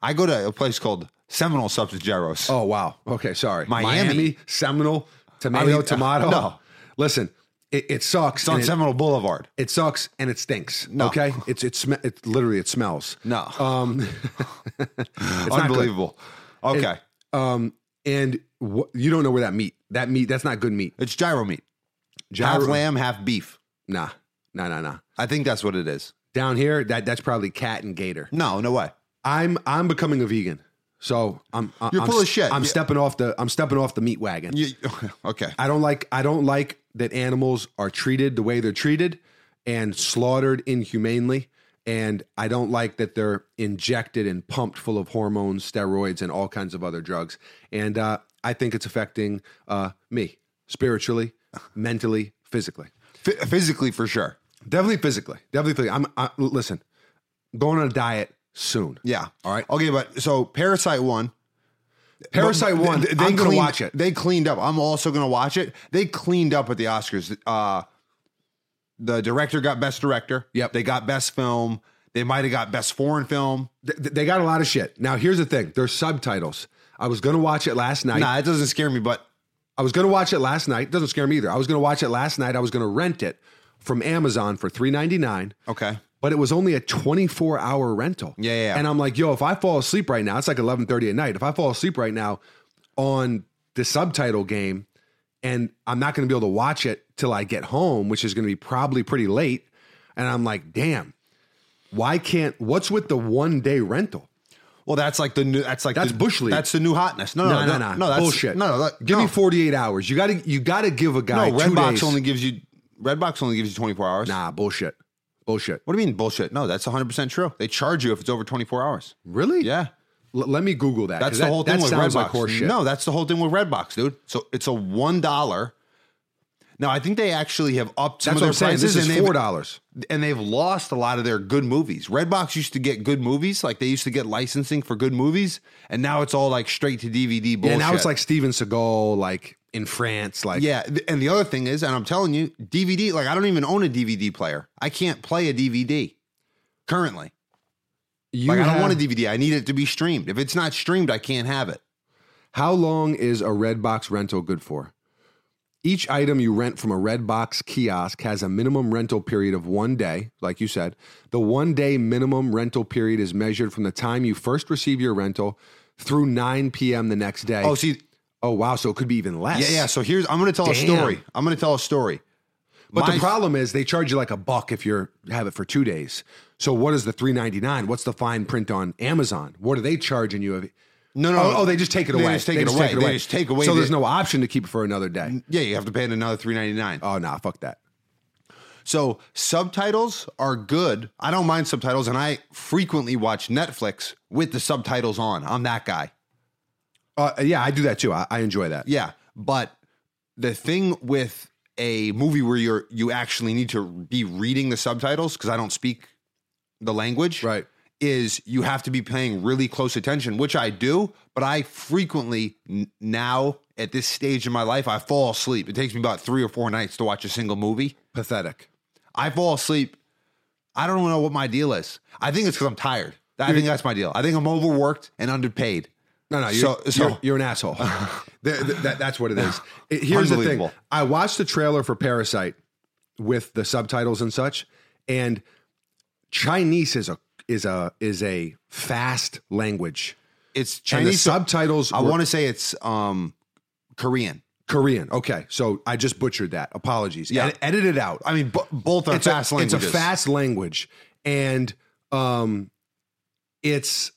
Speaker 3: I go to a place called Seminole Substance Gyros.
Speaker 2: Oh wow. Okay, sorry.
Speaker 3: Miami.
Speaker 2: Seminole, tomato,
Speaker 3: I mean, *laughs* uh,
Speaker 2: tomato.
Speaker 3: no.
Speaker 2: listen, it, it sucks.
Speaker 3: it's on
Speaker 2: and it,
Speaker 3: Seminole Boulevard.
Speaker 2: it sucks and it stinks.
Speaker 3: No.
Speaker 2: Okay, it's it sm- it literally it smells.
Speaker 3: No.
Speaker 2: um, *laughs* it's not good.
Speaker 3: Unbelievable. Okay,
Speaker 2: Um, and wh- you don't know where that meat. That meat. That's not good meat.
Speaker 3: it's gyro meat.
Speaker 2: Gyro-
Speaker 3: half lamb, half beef.
Speaker 2: Nah, nah, nah, nah.
Speaker 3: I think that's what it is.
Speaker 2: Down here, that that's probably cat and gator.
Speaker 3: No, no way.
Speaker 2: I'm I'm becoming a vegan, so I'm I-
Speaker 3: You're
Speaker 2: I'm,
Speaker 3: full of shit.
Speaker 2: I'm
Speaker 3: Yeah.
Speaker 2: stepping off the I'm stepping off the meat wagon.
Speaker 3: You, *laughs* okay,
Speaker 2: I don't like I don't like that animals are treated the way they're treated and slaughtered inhumanely. And I don't like that they're injected and pumped full of hormones, steroids, and all kinds of other drugs. And uh, I think it's affecting uh, me
Speaker 3: *laughs*
Speaker 2: spiritually, mentally, physically.
Speaker 3: F- physically for sure.
Speaker 2: Definitely physically. Definitely. physically. I'm I, listen. Going on a diet soon.
Speaker 3: Yeah.
Speaker 2: All right.
Speaker 3: Okay, but so Parasite one.
Speaker 2: Parasite
Speaker 3: But- but
Speaker 2: one.
Speaker 3: th-
Speaker 2: I'm gonna
Speaker 3: cleaned-
Speaker 2: watch it.
Speaker 3: They cleaned up. I'm also gonna watch it. They cleaned up at the Oscars. Uh, the director got best director.
Speaker 2: Yep.
Speaker 3: They got best film. They might have got best foreign film.
Speaker 2: Th- th- They got a lot of shit. Now here's the thing. There's subtitles. I was gonna watch it last night.
Speaker 3: nah, it doesn't scare me, but
Speaker 2: I was gonna watch it last night. Doesn't scare me either. I was gonna watch it last night. I was gonna rent it from Amazon for three ninety nine,
Speaker 3: okay.
Speaker 2: but it was only a twenty four hour rental.
Speaker 3: Yeah, yeah, yeah.
Speaker 2: And I'm like, yo, if I fall asleep right now, it's like eleven thirty at night. If I fall asleep right now on the subtitle game, and I'm not gonna be able to watch it till I get home, which is gonna be probably pretty late. And I'm like, damn, why can't? What's with the one day rental?
Speaker 3: Well, that's like the new. That's like
Speaker 2: That's
Speaker 3: the,
Speaker 2: bush league.
Speaker 3: That's the new hotness. No, no, no, no, that's
Speaker 2: bullshit.
Speaker 3: No, no, that,
Speaker 2: give
Speaker 3: no.
Speaker 2: me forty eight hours. You gotta, you gotta give a guy
Speaker 3: No,
Speaker 2: two
Speaker 3: Redbox
Speaker 2: days.
Speaker 3: only gives you. Redbox only gives you 24 hours.
Speaker 2: Nah, bullshit. Bullshit.
Speaker 3: What do you mean bullshit? No, that's 100 percent true. They charge you if it's over 24 hours.
Speaker 2: Really?
Speaker 3: Yeah.
Speaker 2: L- let me Google that.
Speaker 3: That's
Speaker 2: 'cause
Speaker 3: the
Speaker 2: that-
Speaker 3: whole thing
Speaker 2: that
Speaker 3: with
Speaker 2: sounds
Speaker 3: Redbox.
Speaker 2: like horseshit.
Speaker 3: No, that's the whole thing with Redbox, dude. So it's a one dollar. Now I think they actually have upped some
Speaker 2: that's
Speaker 3: of
Speaker 2: what
Speaker 3: their
Speaker 2: I'm saying.
Speaker 3: prices,
Speaker 2: This is
Speaker 3: and,
Speaker 2: four
Speaker 3: they've,
Speaker 2: dollars.
Speaker 3: and they've lost a lot of their good movies. Redbox used to get good movies, like they used to get licensing for good movies, and now it's all like straight to DVD bullshit.
Speaker 2: Yeah, now it's like Steven Seagal, like in France, like
Speaker 3: yeah. th- And the other thing is, and I'm telling you, DVD. Like I don't even own a DVD player. I can't play a DVD currently.
Speaker 2: You
Speaker 3: Like I
Speaker 2: have-
Speaker 3: don't want a DVD. I need it to be streamed. If it's not streamed, I can't have it.
Speaker 2: How long is a Redbox rental good for? Each item you rent from a Redbox kiosk has a minimum rental period of one day, like you said. The one day minimum rental period is measured from the time you first receive your rental through 9 p.m. the next day.
Speaker 3: Oh, see,
Speaker 2: oh wow. So it could be even less.
Speaker 3: Yeah, yeah. So here's I'm going to tell a
Speaker 2: Damn.
Speaker 3: story. I'm going to tell a story.
Speaker 2: But
Speaker 3: My-
Speaker 2: the problem is they charge you like a buck if you have it for two days. So what is the three ninety nine? What's the fine print on Amazon? What are they charging you? If,
Speaker 3: No, no.
Speaker 2: oh, oh, they just take it
Speaker 3: They
Speaker 2: away.
Speaker 3: just take it away. They just take away
Speaker 2: So
Speaker 3: the-
Speaker 2: there's no option to keep it for another day.
Speaker 3: Yeah, you have to pay it another 3.99.
Speaker 2: Oh nah, fuck that.
Speaker 3: So subtitles are good. I don't mind subtitles, and I frequently watch Netflix with the subtitles on. I'm that guy.
Speaker 2: Uh, yeah, I do that too. I, I enjoy that.
Speaker 3: Yeah, but the thing with a movie where you're you actually need to be reading the subtitles because I don't speak the language.
Speaker 2: Right.
Speaker 3: Is you have to be paying really close attention, which I do, but I frequently n- now at this stage in my life I fall asleep. It takes me about three or four nights to watch a single movie.
Speaker 2: Pathetic.
Speaker 3: I fall asleep. I don't know what my deal is. I think it's because I'm tired. I think that's my deal. I think I'm overworked and underpaid.
Speaker 2: No, no, you're,
Speaker 3: So- so-
Speaker 2: you're, you're an
Speaker 3: *laughs*
Speaker 2: asshole. Th- th- that- that's what it is. It- here's the thing.
Speaker 3: Unbelievable.
Speaker 2: I watched the trailer for Parasite with the subtitles and such, and Chinese is a is a is a fast language.
Speaker 3: It's
Speaker 2: and the
Speaker 3: Chinese.
Speaker 2: subtitles
Speaker 3: I
Speaker 2: were
Speaker 3: want to say it's um Korean.
Speaker 2: Korean. Okay, so I just butchered that. Apologies.
Speaker 3: Yeah.
Speaker 2: Ed- edit it out.
Speaker 3: I mean, b- both are
Speaker 2: it's
Speaker 3: fast
Speaker 2: a,
Speaker 3: languages.
Speaker 2: It's a fast language, and um, it's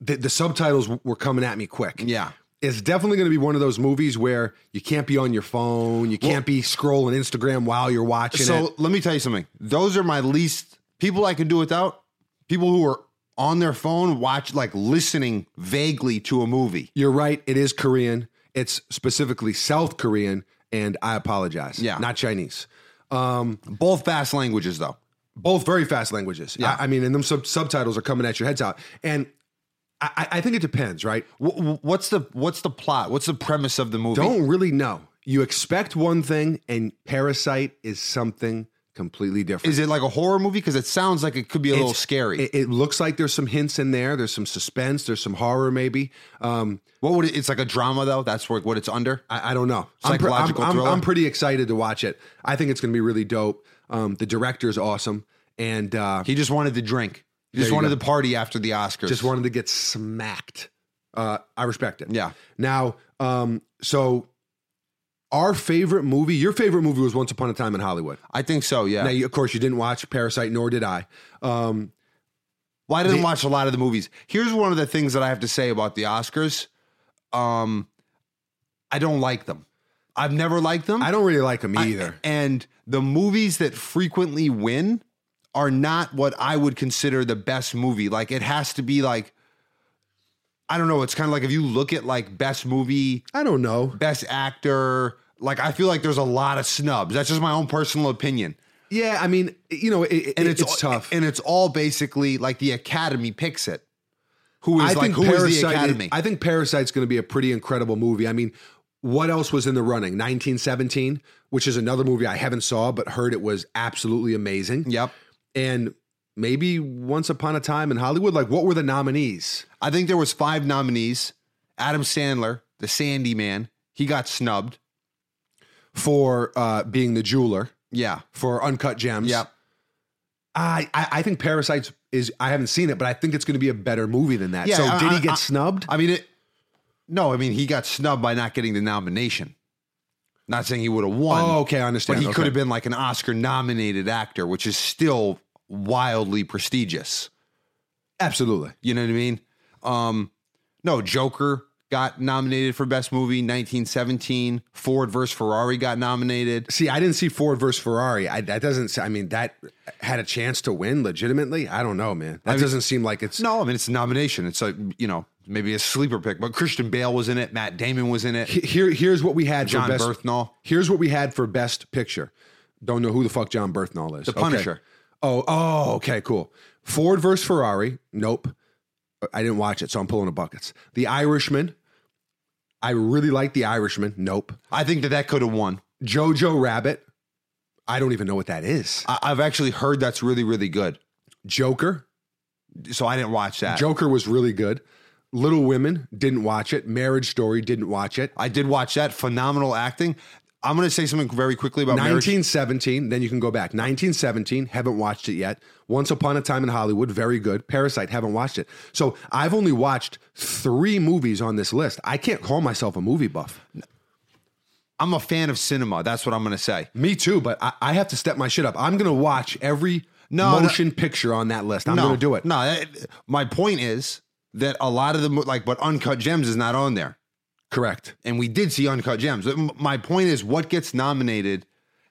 Speaker 2: the, the subtitles w- were coming at me quick.
Speaker 3: Yeah.
Speaker 2: It's definitely going to be one of those movies where you can't be on your phone, you can't be scrolling Instagram while you're watching
Speaker 3: So
Speaker 2: it.
Speaker 3: let me tell you something. Those are my least people I can do without. People who are on their phone, watch like listening vaguely to a movie.
Speaker 2: You're right. It is Korean. It's specifically South Korean, and I apologize.
Speaker 3: Yeah.
Speaker 2: not Chinese.
Speaker 3: Both fast languages, though.
Speaker 2: both very fast languages. Yeah. I, I mean, and them sub- subtitles are coming at your heads out. And I, I- I think it depends, right?
Speaker 3: Wh- wh- What's the what's the plot? What's the premise of the movie?
Speaker 2: Don't really know. You expect one thing, and Parasite is something completely different.
Speaker 3: Is it like a horror movie? Because it sounds like it could be a little
Speaker 2: It's-
Speaker 3: scary.
Speaker 2: It, it looks like there's some hints in there. There's some suspense. There's some horror, maybe. Um,
Speaker 3: what would it, it's like a drama though? That's what, what it's under.
Speaker 2: I, I don't know. I'm, I'm,
Speaker 3: Psychological
Speaker 2: I'm-
Speaker 3: thriller?
Speaker 2: I'm pretty excited to watch it. I think it's going to be really dope. Um, the director's awesome, and uh,
Speaker 3: He just wanted to drink. He
Speaker 2: There
Speaker 3: just
Speaker 2: you
Speaker 3: wanted
Speaker 2: go.
Speaker 3: to party after the Oscars.
Speaker 2: just wanted to get smacked. Uh, I respect it.
Speaker 3: Yeah.
Speaker 2: Now, um, so our favorite movie, your favorite movie was Once Upon a Time in Hollywood.
Speaker 3: I think so. Yeah.
Speaker 2: Now, you, of course, you didn't watch Parasite, nor did I. Um,
Speaker 3: Well, I didn't
Speaker 2: They-
Speaker 3: watch a lot of the movies. Here's one of the things that I have to say about the Oscars. Um, I don't like them. I've never liked them.
Speaker 2: I don't really like him
Speaker 3: I-
Speaker 2: either.
Speaker 3: and the movies that frequently win are not what I would consider the best movie. Like it has to be like I don't know, it's kind of like if you look at like best movie,
Speaker 2: I don't know.
Speaker 3: best actor, like I feel like there's a lot of snubs. That's just my own personal opinion.
Speaker 2: Yeah, I mean, you know, it, it-
Speaker 3: And it's,
Speaker 2: it's
Speaker 3: all-
Speaker 2: tough.
Speaker 3: And it's all basically like the academy picks it. Who is like who is the academy?
Speaker 2: I think Parasite's going to be a pretty incredible movie. I mean, what else was in the running? 1917, which is another movie I haven't saw but heard it was absolutely amazing.
Speaker 3: yep.
Speaker 2: And maybe Once Upon a Time in Hollywood, like what were the nominees?
Speaker 3: I think there was five nominees. Adam Sandler, the Sandy Man, he got snubbed.
Speaker 2: For uh, being the jeweler
Speaker 3: Yeah.
Speaker 2: for Uncut Gems.
Speaker 3: Yep.
Speaker 2: I, I I think Parasites is I haven't seen it, but I think it's going to be a better movie than that.
Speaker 3: Yeah,
Speaker 2: so
Speaker 3: I-
Speaker 2: did he
Speaker 3: I-
Speaker 2: get
Speaker 3: I-
Speaker 2: snubbed?
Speaker 3: I mean, it, no, I mean he got snubbed by not getting the nomination. Not saying he would have won,
Speaker 2: oh, okay, I
Speaker 3: but
Speaker 2: understand.
Speaker 3: he
Speaker 2: Okay.
Speaker 3: could have been like an Oscar-nominated actor, which is still wildly prestigious.
Speaker 2: absolutely.
Speaker 3: You know what I mean? Um, no, Joker got nominated for best movie, 1917. Ford versus Ferrari got nominated.
Speaker 2: See, I didn't see Ford versus Ferrari. I, that doesn't. se- I mean, that had a chance to win legitimately. I don't know, man. That doesn't seem like it's.
Speaker 3: No, I mean it's a nomination. It's like you know maybe a sleeper pick, but Christian Bale was in it. Matt Damon was in it.
Speaker 2: He- Here, here's what we had.
Speaker 3: John
Speaker 2: for best,
Speaker 3: Berthnall.
Speaker 2: Here's what we had for best picture. Don't know who the fuck John Berthnall is. The
Speaker 3: Punisher.
Speaker 2: Oh, oh, okay, cool. Ford versus Ferrari. Nope. I didn't watch it, so I'm pulling the buckets. The Irishman. I really like The Irishman. Nope.
Speaker 3: I think that that could have won.
Speaker 2: Jojo Rabbit. I don't even know what that is.
Speaker 3: I, I've actually heard that's really really good.
Speaker 2: Joker.
Speaker 3: so I didn't watch that.
Speaker 2: Joker was really good. Little Women didn't watch it. Marriage Story didn't watch it.
Speaker 3: I did watch that. Phenomenal acting. I'm going to say something very quickly
Speaker 2: Oh,
Speaker 3: about marriage.
Speaker 2: 1917, then you can go back. 1917, haven't watched it yet. Once Upon a Time in Hollywood, very good. Parasite, haven't watched it. So I've only watched three movies on this list. I can't call myself a movie buff.
Speaker 3: I'm a fan of cinema. That's what I'm going to say.
Speaker 2: Me too, but I, I have to step my shit up. I'm going to watch every
Speaker 3: No,
Speaker 2: motion picture on that list. I'm
Speaker 3: no,
Speaker 2: going to do it.
Speaker 3: No, that- my point is that a lot of the mo- like, but Uncut Gems is not on there,
Speaker 2: Correct.
Speaker 3: and we did see Uncut Gems. M- My point is what gets nominated,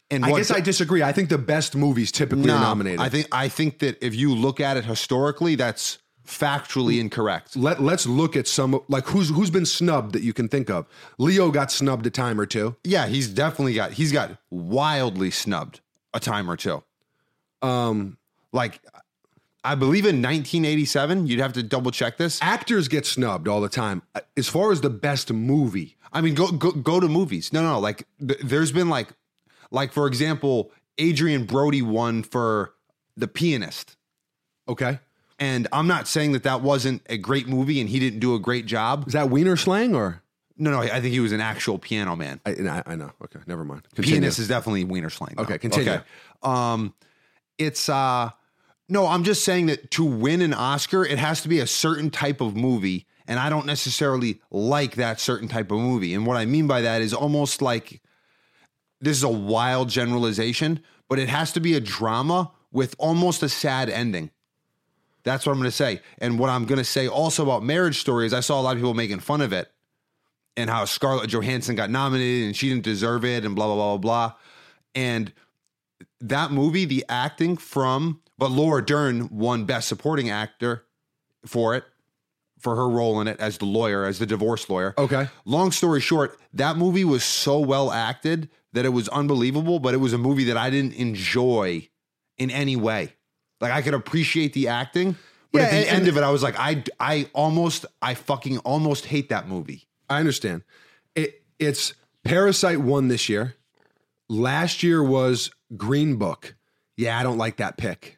Speaker 3: and
Speaker 2: I
Speaker 3: what
Speaker 2: guess I disagree. I think the best movies typically
Speaker 3: No,
Speaker 2: are nominated.
Speaker 3: I think I think that if you look at it historically, that's factually incorrect.
Speaker 2: Let Let's look at some like who's who's been snubbed that you can think of. Leo got snubbed a time or two.
Speaker 3: Yeah, he's definitely got he's got wildly snubbed a time or two.
Speaker 2: Um,
Speaker 3: like I believe in 1987. You'd have to double check this.
Speaker 2: actors get snubbed all the time. uh, As far as the best movie,
Speaker 3: I mean, go go go to movies. No, no, like th- there's been like, like for example, Adrian Brody won for The Pianist,
Speaker 2: okay,
Speaker 3: and I'm not saying that that wasn't a great movie and he didn't do a great job.
Speaker 2: is that Wiener slang or?
Speaker 3: No, no, I think he was an actual piano man.
Speaker 2: I, no, I, I know. Okay, never mind.
Speaker 3: Pianist is definitely Wiener slang. though.
Speaker 2: Okay, continue.
Speaker 3: Um, it's uh, no, I'm just saying that to win an Oscar, it has to be a certain type of movie, and I don't necessarily like that certain type of movie. And what I mean by that is almost like this is a wild generalization, but it has to be a drama with almost a sad ending. That's what I'm going to say. And what I'm going to say also about Marriage Story is I saw a lot of people making fun of it and how Scarlett Johansson got nominated and she didn't deserve it and blah blah blah blah blah. And that movie, the acting from but Laura Dern won Best Supporting Actor for it for her role in it as the lawyer, as the divorce lawyer.
Speaker 2: Okay.
Speaker 3: Long story short, that movie was so well acted that it was unbelievable, but it was a movie that I didn't enjoy in any way. Like I could appreciate the acting, But at
Speaker 2: Yeah,
Speaker 3: the
Speaker 2: and-
Speaker 3: end of it, I was like, I I almost I fucking almost hate that movie.
Speaker 2: I understand. It it's Parasite won this year. Last year was Green Book. Yeah, I don't like that pick.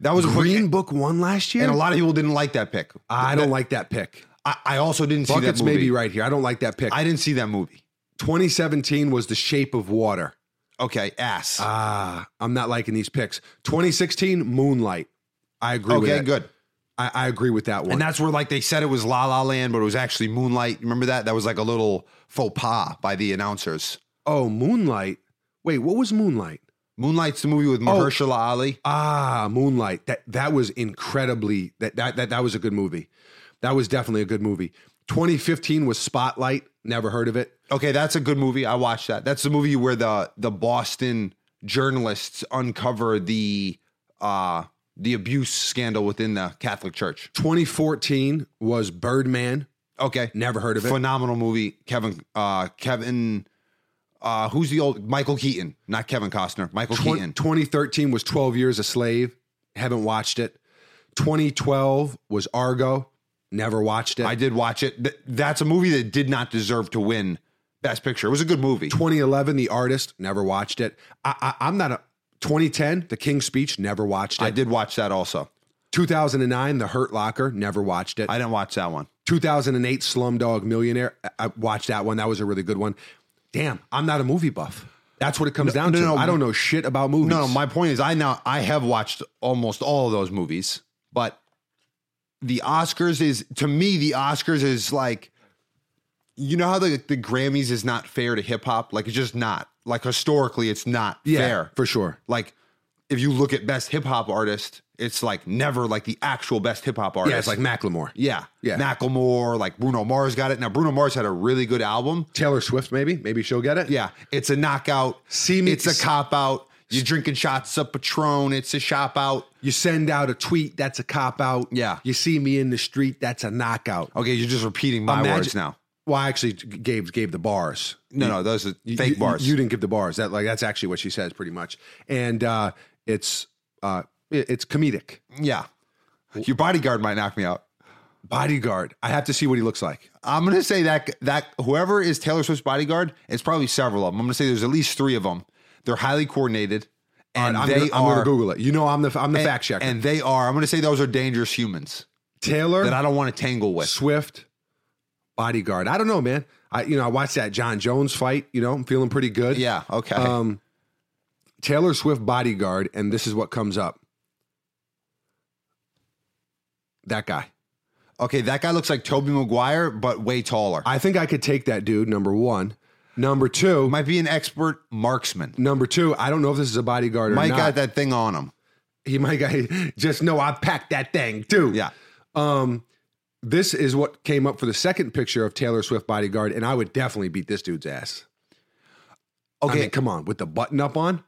Speaker 3: That was a quick-
Speaker 2: Green Book won last year.
Speaker 3: and a lot of people didn't like that pick.
Speaker 2: I don't like that pick.
Speaker 3: I, I also didn't see that
Speaker 2: Buckets
Speaker 3: movie.
Speaker 2: may be right here. I don't like that pick.
Speaker 3: I didn't see that movie.
Speaker 2: 2017 was The Shape of Water.
Speaker 3: Okay, ass.
Speaker 2: Ah, I'm not liking these picks. 2016 Moonlight. I agree. with
Speaker 3: okay,
Speaker 2: it.
Speaker 3: good.
Speaker 2: I, I agree with that one.
Speaker 3: And that's where like they said it was La La Land, but it was actually Moonlight. Remember that? That was like a little faux pas by the announcers.
Speaker 2: oh, Moonlight. Wait, what was Moonlight?
Speaker 3: Moonlight's the movie with
Speaker 2: Oh.
Speaker 3: Mahershala Ali.
Speaker 2: Ah, Moonlight. That that was incredibly that that that, that was a good movie. That was definitely a good movie. 2015 was Spotlight. Never heard of it.
Speaker 3: Okay, that's a good movie. I watched that. That's the movie where the the Boston journalists uncover the uh the abuse scandal within the Catholic Church.
Speaker 2: 2014 was Birdman.
Speaker 3: Okay.
Speaker 2: Never heard of it.
Speaker 3: Phenomenal movie. Kevin uh Kevin uh who's the old Michael Keaton, not Kevin Costner. Michael
Speaker 2: Twen-
Speaker 3: Keaton.
Speaker 2: 2013 was 12 Years a Slave. Haven't watched it. 2012 was Argo. Never watched it.
Speaker 3: I did watch it. Th- that's a movie that did not deserve to win Best Picture. It was a good movie.
Speaker 2: 2011, The Artist. Never watched it. I, I, I'm not a. 2010, The King's Speech. Never watched it.
Speaker 3: I did watch that also.
Speaker 2: 2009, The Hurt Locker. Never watched it.
Speaker 3: I didn't watch that one.
Speaker 2: 2008 Slumdog Millionaire. I- I watched that one. That was a really good one. Damn, I'm not a movie buff. That's what it comes down
Speaker 3: no,
Speaker 2: to.
Speaker 3: no.
Speaker 2: I don't know shit about movies.
Speaker 3: No, no, my point is I now I have watched almost all of those movies, but the Oscars is to me the Oscars is like you know how the, the Grammys is not fair to hip hop? Like it's just not. Like historically it's not
Speaker 2: yeah,
Speaker 3: fair.
Speaker 2: for sure.
Speaker 3: Like if you look at best hip hop artist, it's like never like the actual best hip hop artist.
Speaker 2: Yeah, it's like Macklemore,
Speaker 3: Yeah.
Speaker 2: Yeah.
Speaker 3: Macklemore, like Bruno Mars got it. Now Bruno Mars had a really good album.
Speaker 2: Taylor Swift. Maybe, maybe she'll get it.
Speaker 3: Yeah. It's a knockout.
Speaker 2: See me-
Speaker 3: It's a cop out. You're drinking shots of Patron. It's a shop out.
Speaker 2: You send out a tweet. That's a cop out.
Speaker 3: Yeah.
Speaker 2: You see me in the street. That's a knockout.
Speaker 3: Okay, you're just repeating my
Speaker 2: Imagine-
Speaker 3: words now.
Speaker 2: Well, I actually gave gave the bars.
Speaker 3: No, no, those are
Speaker 2: You-
Speaker 3: fake
Speaker 2: you-
Speaker 3: bars.
Speaker 2: You, didn't give the bars. That like that's actually what she says pretty much. And uh, it's uh, it- it's comedic.
Speaker 3: yeah. Your bodyguard might knock me out.
Speaker 2: Bodyguard. I have to see what he looks like.
Speaker 3: I'm gonna say that that whoever is Taylor Swift's bodyguard, it's probably several of them. I'm gonna say there's at least three of them. They're highly coordinated, and
Speaker 2: I'm,
Speaker 3: they
Speaker 2: gonna,
Speaker 3: are.
Speaker 2: I'm gonna Google it. You know, I'm the I'm the
Speaker 3: and-
Speaker 2: fact checker.
Speaker 3: And they are. I'm gonna say those are dangerous humans
Speaker 2: Taylor
Speaker 3: that I don't want to tangle with.
Speaker 2: Swift, bodyguard. I don't know, man. I you know I watched that John Jones fight. You know, I'm feeling pretty good.
Speaker 3: Yeah. Okay.
Speaker 2: Um, Taylor Swift bodyguard, and this is what comes up. That guy.
Speaker 3: okay. That guy looks like Toby Maguire, but way taller.
Speaker 2: I think I could take that dude. Number one. Number two.
Speaker 3: Might be an expert marksman.
Speaker 2: number two. I don't know if this is a bodyguard or
Speaker 3: Mike
Speaker 2: not.
Speaker 3: got that thing on him.
Speaker 2: he might got *laughs* just know I packed that thing too.
Speaker 3: Yeah.
Speaker 2: Um, this is what came up for the second picture of Taylor Swift bodyguard, and I would definitely beat this dude's ass. I
Speaker 3: Okay.
Speaker 2: mean, come on, with the button up on.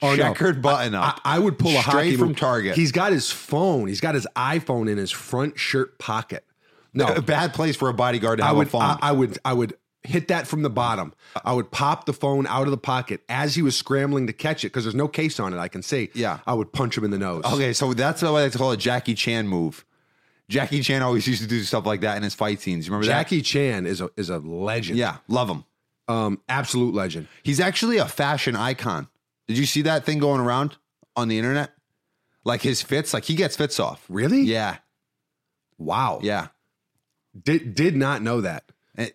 Speaker 2: Oh, no.
Speaker 3: Checkered button
Speaker 2: I,
Speaker 3: up.
Speaker 2: I would pull a
Speaker 3: Straight
Speaker 2: hockey
Speaker 3: from
Speaker 2: move.
Speaker 3: Target.
Speaker 2: He's got his phone. He's got his iPhone in his front shirt pocket.
Speaker 3: *laughs*
Speaker 2: No,
Speaker 3: a bad place for a bodyguard to
Speaker 2: I
Speaker 3: have
Speaker 2: would.
Speaker 3: a phone.
Speaker 2: I, I would. I would hit that from the bottom. I would pop the phone out of the pocket as he was scrambling to catch it because there's no case on it. I can see.
Speaker 3: Yeah. Oh,
Speaker 2: I would punch him in the nose.
Speaker 3: Okay, so that's what I like to call a Jackie Chan move. Jackie Chan always used to do stuff like that in his fight scenes. You remember
Speaker 2: Jackie Chan is a is a
Speaker 3: that?
Speaker 2: legend.
Speaker 3: Yeah, love him.
Speaker 2: Um, absolute legend.
Speaker 3: He's actually a fashion icon. Did you see that thing going around on the internet? Like his fits, like he gets fits off.
Speaker 2: Really?
Speaker 3: Yeah,
Speaker 2: Wow.
Speaker 3: yeah.
Speaker 2: Did did not know that.
Speaker 3: Eh,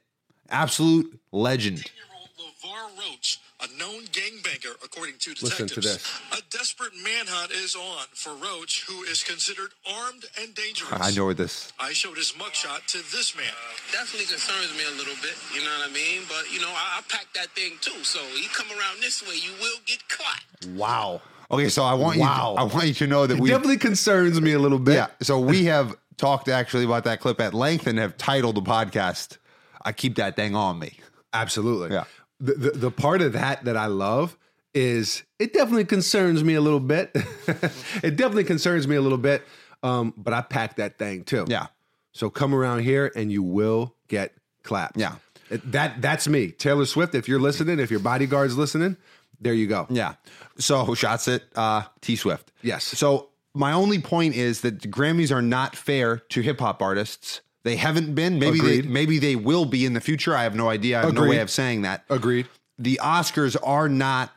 Speaker 3: Absolute legend.
Speaker 4: 18-year-old LeVar Roach, a known gangbanger, according to detectives.
Speaker 2: Listen to
Speaker 4: A desperate manhunt is on for Roach, who is considered armed and dangerous.
Speaker 3: I know this.
Speaker 4: I showed his mugshot to this man.
Speaker 5: Uh, definitely concerns me a little bit. You know what I mean? But you know, I, I packed that thing too. So you come around this way, you will get caught.
Speaker 3: Wow. Okay, so I want
Speaker 2: Wow.
Speaker 3: you. I want you to know that we
Speaker 2: Definitely concerns me a little bit.
Speaker 3: Yeah. So we have talked actually about that clip at length and have titled the podcast. I keep that thing on me.
Speaker 2: Absolutely.
Speaker 3: Yeah.
Speaker 2: The, the the part of that that I love is it definitely concerns me a little bit. *laughs* it definitely concerns me a little bit. Um, but I packed that thing too.
Speaker 3: Yeah.
Speaker 2: So come around here and you will get clapped.
Speaker 3: Yeah.
Speaker 2: It- That that's me. Taylor Swift, if you're listening, if your bodyguard's listening, there you go.
Speaker 3: Yeah. So shots at uh, T Swift.
Speaker 2: Yes.
Speaker 3: So my only point is that the Grammys are not fair to hip hop artists. They haven't been. Maybe
Speaker 2: Agreed.
Speaker 3: they maybe they will be in the future. I have no idea. I have no
Speaker 2: Agreed.
Speaker 3: way of saying that.
Speaker 2: Agreed.
Speaker 3: The Oscars are not.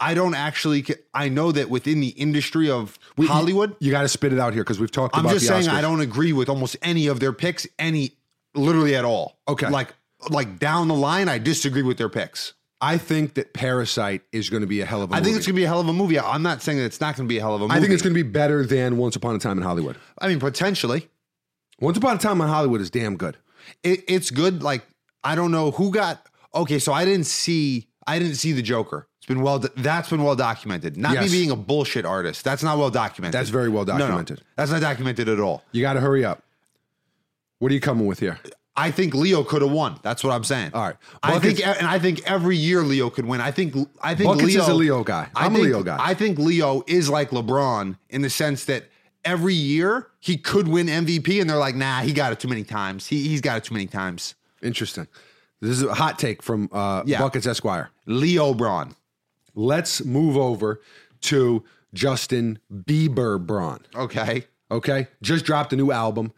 Speaker 3: I don't actually. ca- I know that within the industry of Hollywood,
Speaker 2: You got to spit it out here because we've talked
Speaker 3: I'm
Speaker 2: about
Speaker 3: just
Speaker 2: the
Speaker 3: saying I
Speaker 2: Oscars.
Speaker 3: don't agree with almost any of their picks, any literally at all.
Speaker 2: Okay.
Speaker 3: Like like down the line, I disagree with their picks.
Speaker 2: I think that Parasite is going to be a hell of a
Speaker 3: I
Speaker 2: movie.
Speaker 3: think it's gonna be a hell of a movie. I'm not saying that it's not gonna be a hell of a movie.
Speaker 2: I think it's going to be better than Once Upon a Time in Hollywood.
Speaker 3: I mean, potentially.
Speaker 2: Once Upon a Time in Hollywood is damn good.
Speaker 3: It, it's good. Like, I don't know who got okay, so I didn't see I didn't see the Joker. It's been well that's been well documented. Not
Speaker 2: Yes.
Speaker 3: me being a bullshit artist. That's not well documented.
Speaker 2: That's very well
Speaker 3: No, no.
Speaker 2: documented.
Speaker 3: That's not documented at all.
Speaker 2: You got to hurry up. What are you coming with here?
Speaker 3: I think Leo could have won. That's what I'm saying.
Speaker 2: All right.
Speaker 3: I
Speaker 2: Buckets-
Speaker 3: think, e, and I think every year Leo could win. I think, I think
Speaker 2: Buckets
Speaker 3: Leo
Speaker 2: is a Leo guy.
Speaker 3: I
Speaker 2: I'm a
Speaker 3: think-
Speaker 2: Leo guy.
Speaker 3: I think Leo is like LeBron in the sense that every year he could win MVP, and they're like, nah, he got it too many times. He he's got it too many times.
Speaker 2: Interesting. This is a hot take from uh,
Speaker 3: Yeah.
Speaker 2: Buckets Esquire.
Speaker 3: Leo Braun.
Speaker 2: Let's move over to Justin Bieber Braun.
Speaker 3: Okay.
Speaker 2: Okay. Just dropped a new album,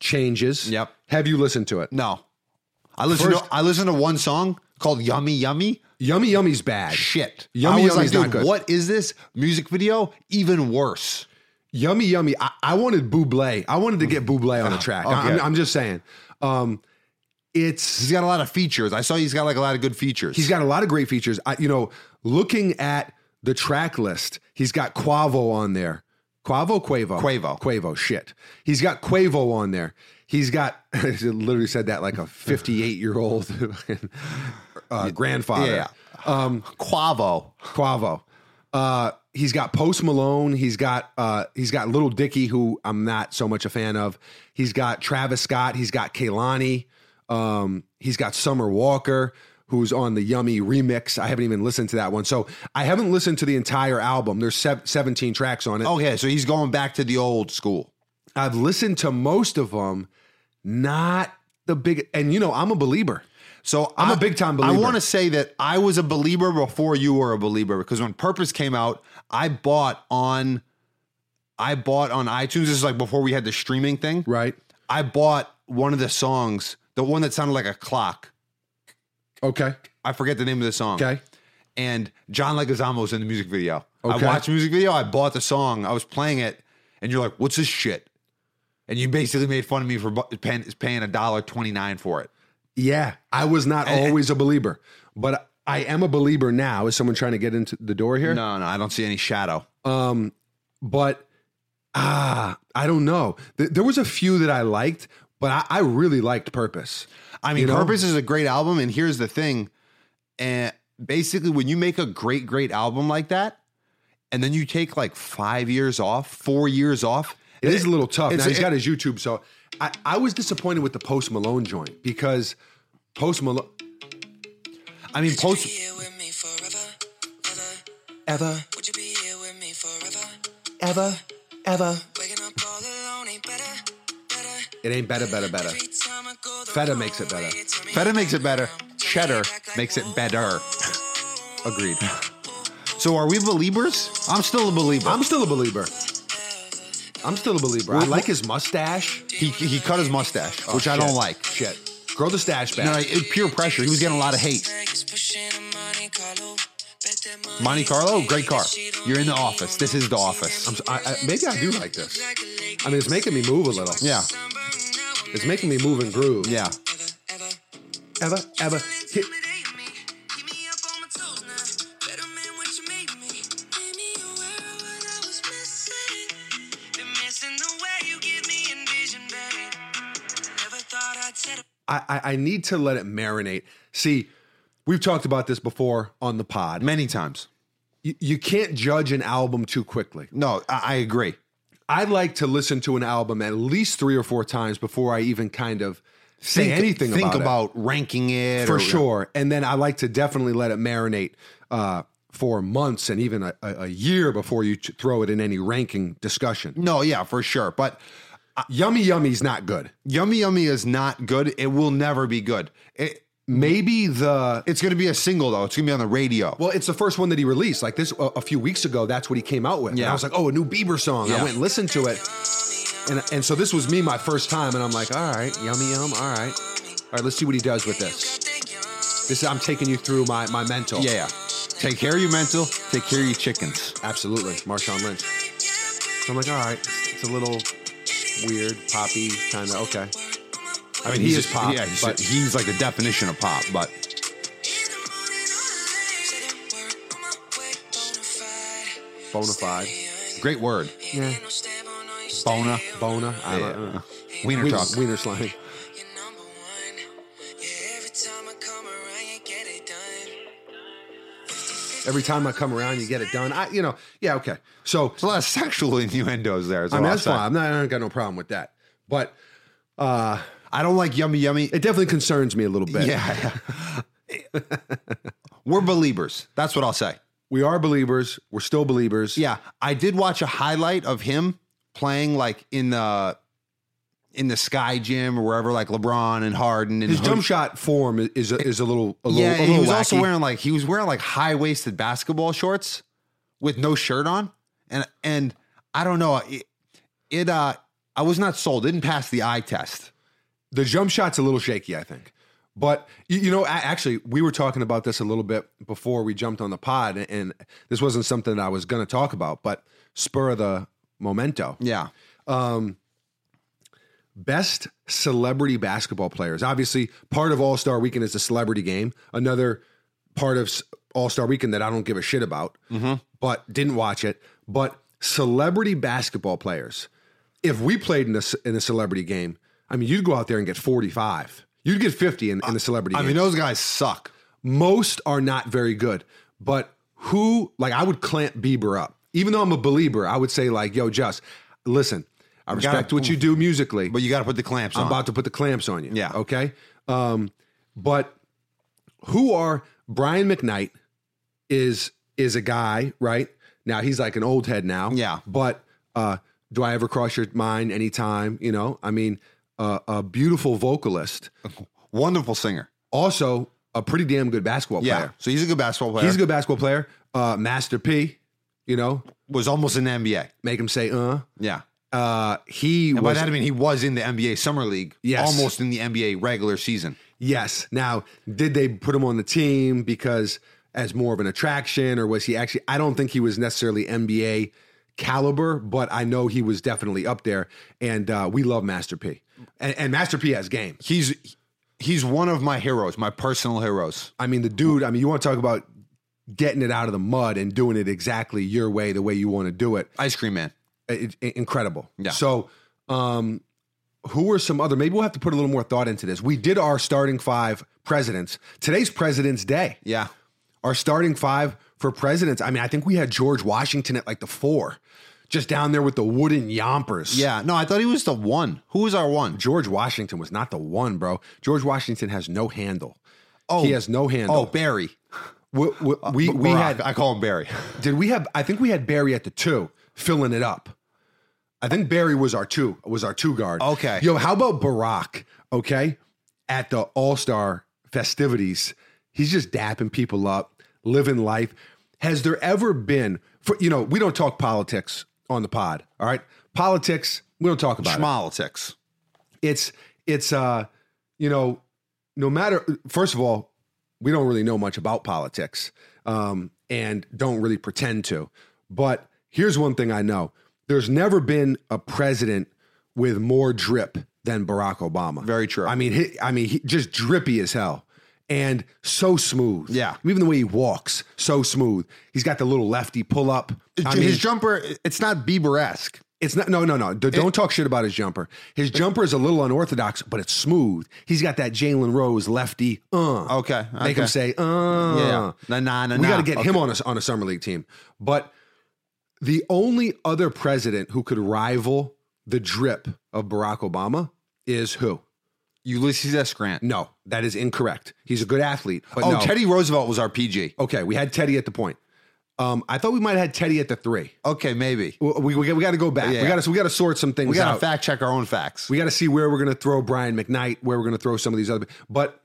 Speaker 2: Changes.
Speaker 3: Yep.
Speaker 2: Have you listened to it?
Speaker 3: No, I listen.
Speaker 2: First-
Speaker 3: to, I listen to one song called "Yummy Yummy."
Speaker 2: Yummy Yummy's bad.
Speaker 3: Shit.
Speaker 2: Yummy
Speaker 3: I was like,
Speaker 2: Yummy's not
Speaker 3: dude,
Speaker 2: good.
Speaker 3: what is this music video? Even worse.
Speaker 2: Yummy Yummy. I, I wanted Buble. I wanted to get Buble on the track. I- I'm,
Speaker 3: Mm. Ah, Okay.
Speaker 2: I'm just saying. Um, it's
Speaker 3: He's got a lot of features. I saw he's got like a lot of good features.
Speaker 2: He's got a lot of great features. I, you know, looking at the track list, he's got Quavo on there. Quavo, Quavo,
Speaker 3: Quavo.
Speaker 2: Quavo. Shit, he's got Quavo on there. He's got. *laughs* I literally said that like a fifty-eight-year-old *laughs* uh, grandfather.
Speaker 3: Yeah. Um, Quavo.
Speaker 2: Quavo. Uh, he's got Post Malone. He's got uh, he's got Little Dicky, who I'm not so much a fan of. He's got Travis Scott. He's got Kaylani. Um, he's got Summer Walker, who's on the Yummy remix. I haven't even listened to that one, so I haven't listened to the entire album. There's sev- 17 tracks on it.
Speaker 3: Okay, so he's going back to the old school.
Speaker 2: I've listened to most of them. Not the big, and you know I'm a believer.
Speaker 3: So
Speaker 2: I'm
Speaker 3: a
Speaker 2: a big-time
Speaker 3: I
Speaker 2: believer.
Speaker 3: want to say that I was a believer before you were a believer because when Purpose came out, I bought on, I bought on iTunes. This is like before we had the streaming thing.
Speaker 2: Right?
Speaker 3: I bought one of the songs, the one that sounded like a clock.
Speaker 2: Okay.
Speaker 3: I forget the name of the song.
Speaker 2: Okay.
Speaker 3: And John Leguizamo's in the music video.
Speaker 2: Okay.
Speaker 3: I watched the music video. I bought the song. I was playing it, and you're like, "What's this shit?" And you basically made fun of me for bu- paying paying a dollar twenty nine for it.
Speaker 2: Yeah, I was not always a believer, but I am a believer now. Is someone trying to get into the door here?
Speaker 3: No, no, I don't see any shadow.
Speaker 2: But ah, I don't know. Th- there was a few that I liked, but I, I really liked Purpose.
Speaker 3: I mean,
Speaker 2: You know?
Speaker 3: Purpose is a great album, and here's the thing: and basically, when you make a great, great album like that, and then you take like five years off, four years off,
Speaker 2: It is a little tough. Now
Speaker 3: It's-
Speaker 2: he's
Speaker 3: it-
Speaker 2: got his YouTube, so I, I was disappointed with the Post Malone joint because Post Malone.
Speaker 3: I mean,
Speaker 4: Would you
Speaker 3: post
Speaker 4: be here with me forever? Ever?
Speaker 6: Ever,
Speaker 4: Would you be here with me forever?
Speaker 6: ever, ever.
Speaker 4: Waking up all alone ain't better. Better.
Speaker 2: It ain't better, better, better.
Speaker 4: Every time I go the
Speaker 2: Feta
Speaker 4: wrong
Speaker 2: makes it better.
Speaker 4: way, tell me
Speaker 3: Feta
Speaker 4: I'm
Speaker 3: makes it better.
Speaker 4: wrong.
Speaker 3: Cheddar
Speaker 4: Tell me back like,
Speaker 3: makes it
Speaker 4: "Whoa."
Speaker 3: better. Agreed. So, are we believers? I'm still a believer.
Speaker 2: I'm still a believer. I'm still a believer. I like his mustache.
Speaker 3: he he cut his mustache, which I
Speaker 2: Oh, shit.
Speaker 3: don't like.
Speaker 2: Shit, grow the stash back.
Speaker 3: No, it, pure pressure. He was getting a lot of hate.
Speaker 4: Snakes pushing a Monte Carlo. Bet that money
Speaker 3: Monte Carlo,
Speaker 4: is
Speaker 3: great car.
Speaker 4: she don't
Speaker 3: You're in the
Speaker 4: need me
Speaker 3: office.
Speaker 4: on
Speaker 3: This
Speaker 4: the
Speaker 3: is the
Speaker 4: cheap.
Speaker 3: office.
Speaker 2: I'm, si maybe I do like this.
Speaker 4: Like a lake.
Speaker 2: I mean, it's making me move a little.
Speaker 3: Yeah,
Speaker 4: Sunburn now I'm
Speaker 2: It's making me move and groove.
Speaker 3: yeah.
Speaker 4: ever, ever.
Speaker 2: Ever, ever. Hit-
Speaker 4: Intimidate me. Keep me up on my toes now. Better man, what you made me. Made me aware of what I was missing. Been missing the way you give me envision, babe. Never thought I'd set a
Speaker 2: I, I, I need to let it marinate. See, we've talked about this before on the pod. Man,
Speaker 3: Many times.
Speaker 2: you, you can't judge an album too quickly.
Speaker 3: No, I, I agree.
Speaker 2: I like to listen to an album at least three or four times before I even kind of say anything
Speaker 3: Think
Speaker 2: about,
Speaker 3: about ranking it
Speaker 2: it. For
Speaker 3: or-
Speaker 2: sure. And then I like to definitely let it marinate uh, for months and even a, a, a year before you t- throw it in any ranking discussion.
Speaker 3: No, yeah, for sure. But
Speaker 2: uh, Yummy Yummy's not good.
Speaker 3: Yummy Yummy is not good. It will never be good. It,
Speaker 2: Maybe the
Speaker 3: It's going to be a single though. It's going to be on the radio.
Speaker 2: well, it's the first one that he released. Like this, a, a few weeks ago, that's what he came out with. And
Speaker 3: Yeah.
Speaker 2: I was like, oh, a new Bieber song. I
Speaker 3: Yeah.
Speaker 2: went and listened to it, and and so this was me my first time, and I'm like, all right, yummy yum, all right, all right, let's see what he does with this. This I'm taking you through my my mental.
Speaker 3: yeah, yeah. Take care of your mental. Take care of your chickens.
Speaker 2: absolutely, Marshawn Lynch. So I'm like, all right, it's a little weird, poppy kind of okay. I mean, he
Speaker 3: he's
Speaker 2: is
Speaker 3: a-
Speaker 2: pop,
Speaker 3: Yeah, he's,
Speaker 2: but
Speaker 3: he's like the definition of pop. But
Speaker 2: bona fide.
Speaker 3: great word,
Speaker 2: Yeah,
Speaker 3: bona.
Speaker 2: bona. I
Speaker 3: Yeah.
Speaker 2: don't know.
Speaker 3: Wiener
Speaker 2: Wiener,
Speaker 3: talk.
Speaker 2: wiener slime. Every time I come around, you get it done. I, you know, yeah, okay. So
Speaker 3: There's a lot of sexual innuendos there. is
Speaker 2: I
Speaker 3: what
Speaker 2: mean,
Speaker 3: I'll
Speaker 2: that's
Speaker 3: say.
Speaker 2: fine. I'm not, I don't got no problem with that. But uh,
Speaker 3: I don't like yummy yummy.
Speaker 2: it definitely concerns me a little bit.
Speaker 3: *laughs* yeah. *laughs* We're believers. That's what I'll say.
Speaker 2: we are believers. We're still believers.
Speaker 3: Yeah, I did watch a highlight of him playing like in the in the Sky Gym or wherever, like LeBron and Harden and
Speaker 2: his
Speaker 3: Hood-
Speaker 2: jump shot form i- is a, is a little a little.
Speaker 3: yeah,
Speaker 2: a
Speaker 3: and he
Speaker 2: little
Speaker 3: was also
Speaker 2: wacky.
Speaker 3: wearing like he was wearing like high waisted basketball shorts with no shirt on, and and I don't know it. it uh, I was not sold. It didn't pass the eye test.
Speaker 2: the jump shot's a little shaky, I think. But you, you know, a- actually, we were talking about this a little bit before we jumped on the pod, and, and this wasn't something that I was going to talk about, but spur of the momento.
Speaker 3: Yeah,
Speaker 2: Best celebrity basketball players. Obviously, part of All Star Weekend is the celebrity game. Another part of All Star Weekend that I don't give a shit about,
Speaker 3: Mm-hmm.
Speaker 2: but didn't watch it. But celebrity basketball players. If we played in a, ce- in a celebrity game, I mean, you'd go out there and get 45. You'd get 50 in, in the celebrity
Speaker 3: I
Speaker 2: game.
Speaker 3: mean those guys suck.
Speaker 2: most are not very good, but who like I would clamp Bieber up. Even though I'm a believer, I would say like, yo, Just, listen, I
Speaker 3: gotta-
Speaker 2: respect what you do musically.
Speaker 3: But you got to put the clamps
Speaker 2: I'm
Speaker 3: on.
Speaker 2: about to put the clamps on you.
Speaker 3: Uh-huh. Yeah.
Speaker 2: Okay. Um, but who are Brian McKnight is is a guy, right? Now he's like an old head now.
Speaker 3: Yeah.
Speaker 2: But uh do I ever cross your mind anytime? You know, I mean, uh, a beautiful vocalist,
Speaker 3: Wonderful singer.
Speaker 2: also a pretty damn good basketball
Speaker 3: Yeah,
Speaker 2: player.
Speaker 3: so he's a good basketball player.
Speaker 2: He's a good basketball player. Uh, Master P, you know,
Speaker 3: was almost in the NBA.
Speaker 2: make him say, uh.
Speaker 3: Yeah.
Speaker 2: Uh, he
Speaker 3: And by
Speaker 2: was,
Speaker 3: that I mean he was in the NBA summer league,
Speaker 2: Yes.
Speaker 3: almost in the NBA regular season.
Speaker 2: yes. Now, did they put him on the team because as more of an attraction, or was he actually? I don't think he was necessarily NBA caliber, but I know he was definitely up there. And uh, we love Master P, and, and Master P has game.
Speaker 3: He's he's one of my heroes, my personal heroes.
Speaker 2: I mean, the dude, I mean, you want to talk about getting it out of the mud and doing it exactly your way, the way you want to do it.
Speaker 3: Ice Cream Man.
Speaker 2: it, it- incredible.
Speaker 3: Yeah.
Speaker 2: So, um, who are some other? Maybe we'll have to put a little more thought into this. We did our starting five presidents. Today's President's Day.
Speaker 3: Yeah.
Speaker 2: Our starting five for presidents. I mean, I think we had George Washington at like the four, just down there with the wooden yompers.
Speaker 3: Yeah. No, I thought he was the one. Who was our one?
Speaker 2: George Washington was not the one, bro. George Washington has no handle. Oh, he has no handle.
Speaker 3: Oh, Uh, Barry.
Speaker 2: we, we, we, we
Speaker 3: Barack.
Speaker 2: had.
Speaker 3: I call him Barry.
Speaker 2: Did we have? I think we had Barry at the two, filling it up. I think Barry was our two, was our two guard.
Speaker 3: Okay.
Speaker 2: Yo, how about Barack? Okay, at the All Star festivities, he's just dapping people up, living life. Has there ever been? For you know, we don't talk politics on the pod. All right, politics we don't talk about. it
Speaker 3: Schmolitics.
Speaker 2: it's it's uh you know no matter first of all we don't really know much about politics um and don't really pretend to but here's one thing i know there's never been a president with more drip than barack obama
Speaker 3: Very true.
Speaker 2: i mean he, i mean he, just drippy as hell and so smooth
Speaker 3: Yeah.
Speaker 2: even the way he walks so smooth he's got the little lefty pull up I mean,
Speaker 3: his jumper, it's not Bieber esque.
Speaker 2: it's not no no no. D- Don't talk shit about his jumper. His jumper is a little unorthodox, but it's smooth. He's got that Jalen Rose lefty. Uh,
Speaker 3: Oh, Okay.
Speaker 2: make him say uh.
Speaker 3: Yeah. Nah, nah, nah,
Speaker 2: we got
Speaker 3: nah.
Speaker 2: to get
Speaker 3: Okay.
Speaker 2: him on a on a summer league team. But the only other president who could rival the drip of Barack Obama is who?
Speaker 3: Ulysses S. Grant.
Speaker 2: No, that is incorrect. He's a good athlete. But
Speaker 3: oh,
Speaker 2: no.
Speaker 3: Teddy Roosevelt was our PG.
Speaker 2: Okay, we had Teddy at the point. Um, I thought we might have had Teddy at the three.
Speaker 3: Okay, maybe.
Speaker 2: We, we, we got to go back. We
Speaker 3: Yeah.
Speaker 2: got to we got to sort some things
Speaker 3: We got
Speaker 2: out.
Speaker 3: to fact check our own facts.
Speaker 2: We got to see where we're going to throw Brian McKnight, where we're going to throw some of these other. But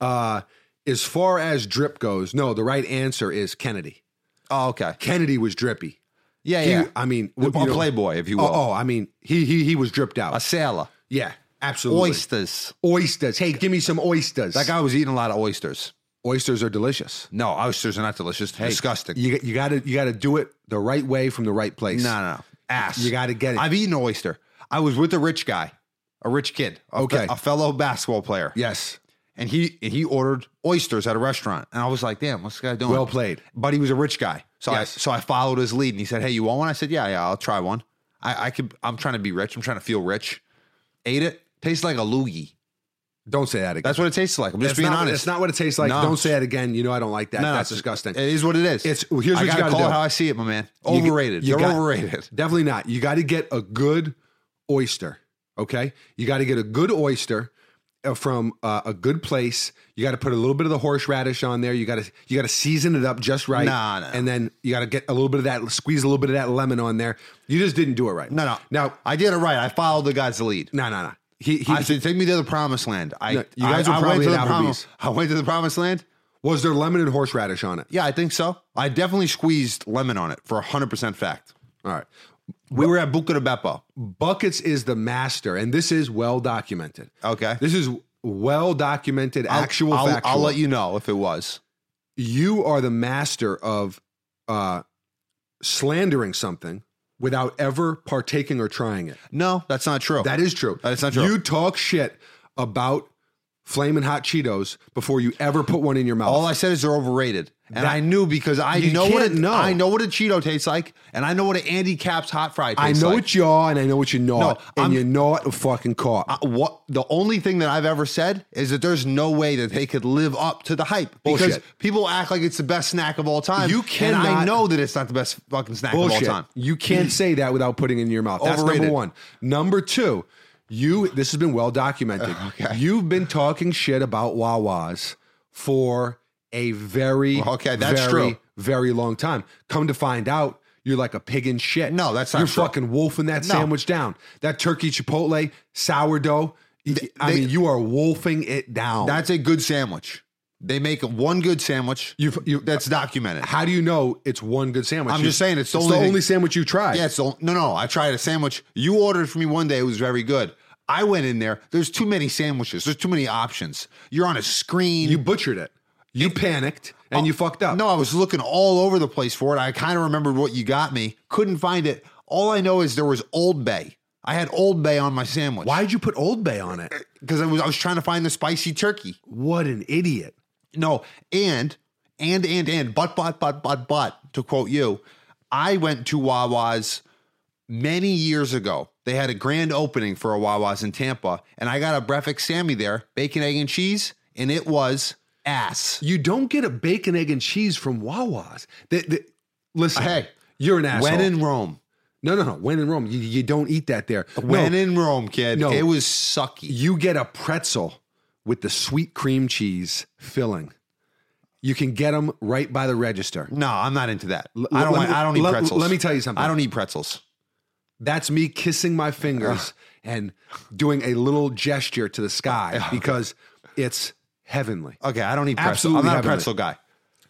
Speaker 2: Uh, as far as drip goes, no, the right answer is Kennedy.
Speaker 3: Oh, okay.
Speaker 2: Kennedy was drippy.
Speaker 3: Yeah,
Speaker 2: He-
Speaker 3: yeah.
Speaker 2: I mean,
Speaker 3: The-
Speaker 2: you
Speaker 3: a
Speaker 2: know-
Speaker 3: playboy, if you will.
Speaker 2: Oh, oh, I mean, he he he was dripped out.
Speaker 3: A sailor.
Speaker 2: yeah, absolutely.
Speaker 3: Oysters.
Speaker 2: Oysters. Hey, give me some oysters.
Speaker 3: That guy was eating a lot of oysters.
Speaker 2: oysters are delicious.
Speaker 3: No, oysters are not delicious. Disgusting.
Speaker 2: You you got to you got to do it the right way from the right place.
Speaker 3: No, no, no. Ass.
Speaker 2: You gotta get it.
Speaker 3: I've eaten an oyster. I was with a rich guy, a rich kid, a
Speaker 2: Okay.
Speaker 3: a fellow basketball player.
Speaker 2: Yes.
Speaker 3: And he and he ordered oysters at a restaurant. And I was like, damn, what's this guy doing?
Speaker 2: Well played.
Speaker 3: But he was a rich guy. So
Speaker 2: Yes.
Speaker 3: I so I followed his lead and he said, Hey, you want one? I said, Yeah, yeah, I'll try one. I, I could I'm trying to be rich. I'm trying to feel rich. Ate it. Tastes like a loogie.
Speaker 2: Don't say that again.
Speaker 3: That's what it tastes like. I'm just
Speaker 2: That's
Speaker 3: being
Speaker 2: not,
Speaker 3: honest.
Speaker 2: It's not what it tastes like.
Speaker 3: No.
Speaker 2: Don't say that again. You know I don't like that.
Speaker 3: No, no,
Speaker 2: That's
Speaker 3: it's-
Speaker 2: disgusting.
Speaker 3: It is what it is.
Speaker 2: It's- here's what
Speaker 3: I
Speaker 2: you
Speaker 3: gotta
Speaker 2: gotta
Speaker 3: call
Speaker 2: do.
Speaker 3: it how I see it, my man.
Speaker 2: You-
Speaker 3: Overrated.
Speaker 2: you
Speaker 3: You, are
Speaker 2: got-
Speaker 3: overrated.
Speaker 2: *laughs* Definitely not. You got to get a good oyster. Okay, you got to get a good oyster uh, from uh, a good place. You got to put a little bit of the horseradish on there. You got to you got to season it up just right.
Speaker 3: Nah, nah.
Speaker 2: And then you got to get a little bit of that, squeeze a little bit of that lemon on there. You just didn't do it right.
Speaker 3: No, no.
Speaker 2: Now,
Speaker 3: I did it right. I followed the guy's lead.
Speaker 2: no, no, no. He, he,
Speaker 3: I said, "Take me to the promised land." I,
Speaker 2: No, you guys
Speaker 3: I,
Speaker 2: were
Speaker 3: I went
Speaker 2: probably
Speaker 3: to the
Speaker 2: at
Speaker 3: promised.
Speaker 2: Applebee's.
Speaker 3: I went to the promised land.
Speaker 2: was there lemon and horseradish on it?
Speaker 3: Yeah, I think so. I definitely squeezed lemon on it for hundred percent fact.
Speaker 2: All right.
Speaker 3: We were at Buca de Beppo.
Speaker 2: Buckets is the master, and this is well documented.
Speaker 3: Okay,
Speaker 2: This is well documented,
Speaker 3: I'll-
Speaker 2: actual
Speaker 3: I'll,
Speaker 2: factual.
Speaker 3: I'll, let you know if it was.
Speaker 2: you are the master of uh, slandering something without ever partaking or trying it.
Speaker 3: No, that's not true.
Speaker 2: That is true.
Speaker 3: That's not true.
Speaker 2: You talk shit about flaming hot Cheetos before you ever put one in your mouth.
Speaker 3: all I said is they're overrated, and
Speaker 2: That-
Speaker 3: I knew because I
Speaker 2: You
Speaker 3: know what
Speaker 2: can't
Speaker 3: a,
Speaker 2: know.
Speaker 3: I know what a Cheeto tastes like, and I know what an Andy Caps hot fry.
Speaker 2: I
Speaker 3: tastes
Speaker 2: know
Speaker 3: like.
Speaker 2: what you are and I know what you're not. and
Speaker 3: I'm-
Speaker 2: you're not fucking caught.
Speaker 3: I- Uh, what the only thing that I've ever said is that there's no way that they could live up to the hype because
Speaker 2: Bullshit.
Speaker 3: people act like it's the best snack of all time.
Speaker 2: You
Speaker 3: And I
Speaker 2: cannot-
Speaker 3: know that it's not the best fucking snack
Speaker 2: Bullshit.
Speaker 3: of all time.
Speaker 2: You
Speaker 3: *clears throat*
Speaker 2: can't say that without putting it in your mouth. That's
Speaker 3: Overrated.
Speaker 2: number one. Number two, you this has been well
Speaker 3: *laughs*
Speaker 2: documented. You've been talking shit about Wawa's for a very
Speaker 3: Okay, that's
Speaker 2: very,
Speaker 3: true.
Speaker 2: very long time. Come to find out, you're like a pig in shit.
Speaker 3: No, that's not
Speaker 2: You're
Speaker 3: true.
Speaker 2: fucking wolfing that
Speaker 3: No.
Speaker 2: sandwich down. That turkey chipotle, sourdough. I
Speaker 3: they-
Speaker 2: mean, you are wolfing it down.
Speaker 3: That's a good sandwich. They make one good sandwich.
Speaker 2: You've- you-
Speaker 3: that's documented.
Speaker 2: how do you know it's one good sandwich?
Speaker 3: I'm
Speaker 2: You-
Speaker 3: just saying it's the
Speaker 2: the
Speaker 3: only thing-
Speaker 2: only sandwich you tried.
Speaker 3: Yeah, so no, no. I tried a sandwich. You ordered for me one day. It was very good. I went in there. There's too many sandwiches. There's too many options. You're on a screen.
Speaker 2: You butchered it. You panicked and you fucked up.
Speaker 3: No, I was looking all over the place for it. I kind of remembered what you got me. Couldn't find it. All I know is there was Old Bay. I had Old Bay on my sandwich.
Speaker 2: Why'd you put Old Bay on it?
Speaker 3: Because I was I was trying to find the spicy turkey.
Speaker 2: What an idiot.
Speaker 3: No, and and and and but but but but but to quote you, I went to Wawa's many years ago. They had a grand opening for a Wawa's in Tampa, and I got a breakfast Sammy there, bacon, egg, and cheese, and it was ass.
Speaker 2: You don't get a bacon, egg, and cheese from Wawa's. That that- listen,
Speaker 3: Hey,
Speaker 2: you're an asshole.
Speaker 3: When in Rome.
Speaker 2: no, no, no. When in Rome, you, you don't eat that there.
Speaker 3: When
Speaker 2: no,
Speaker 3: in Rome, kid.
Speaker 2: No.
Speaker 3: It was sucky.
Speaker 2: you get a pretzel with the sweet cream cheese filling. You can get them right by the register.
Speaker 3: No, I'm not into that. I
Speaker 2: let
Speaker 3: don't. like-
Speaker 2: me-
Speaker 3: I don't eat
Speaker 2: let-
Speaker 3: pretzels.
Speaker 2: let me tell you something.
Speaker 3: I don't eat pretzels.
Speaker 2: That's me kissing my fingers and doing a little gesture to the sky because it's heavenly.
Speaker 3: Okay, I don't eat pretzels.
Speaker 2: Absolutely
Speaker 3: I'm not a
Speaker 2: haven't.
Speaker 3: pretzel guy.
Speaker 2: Um,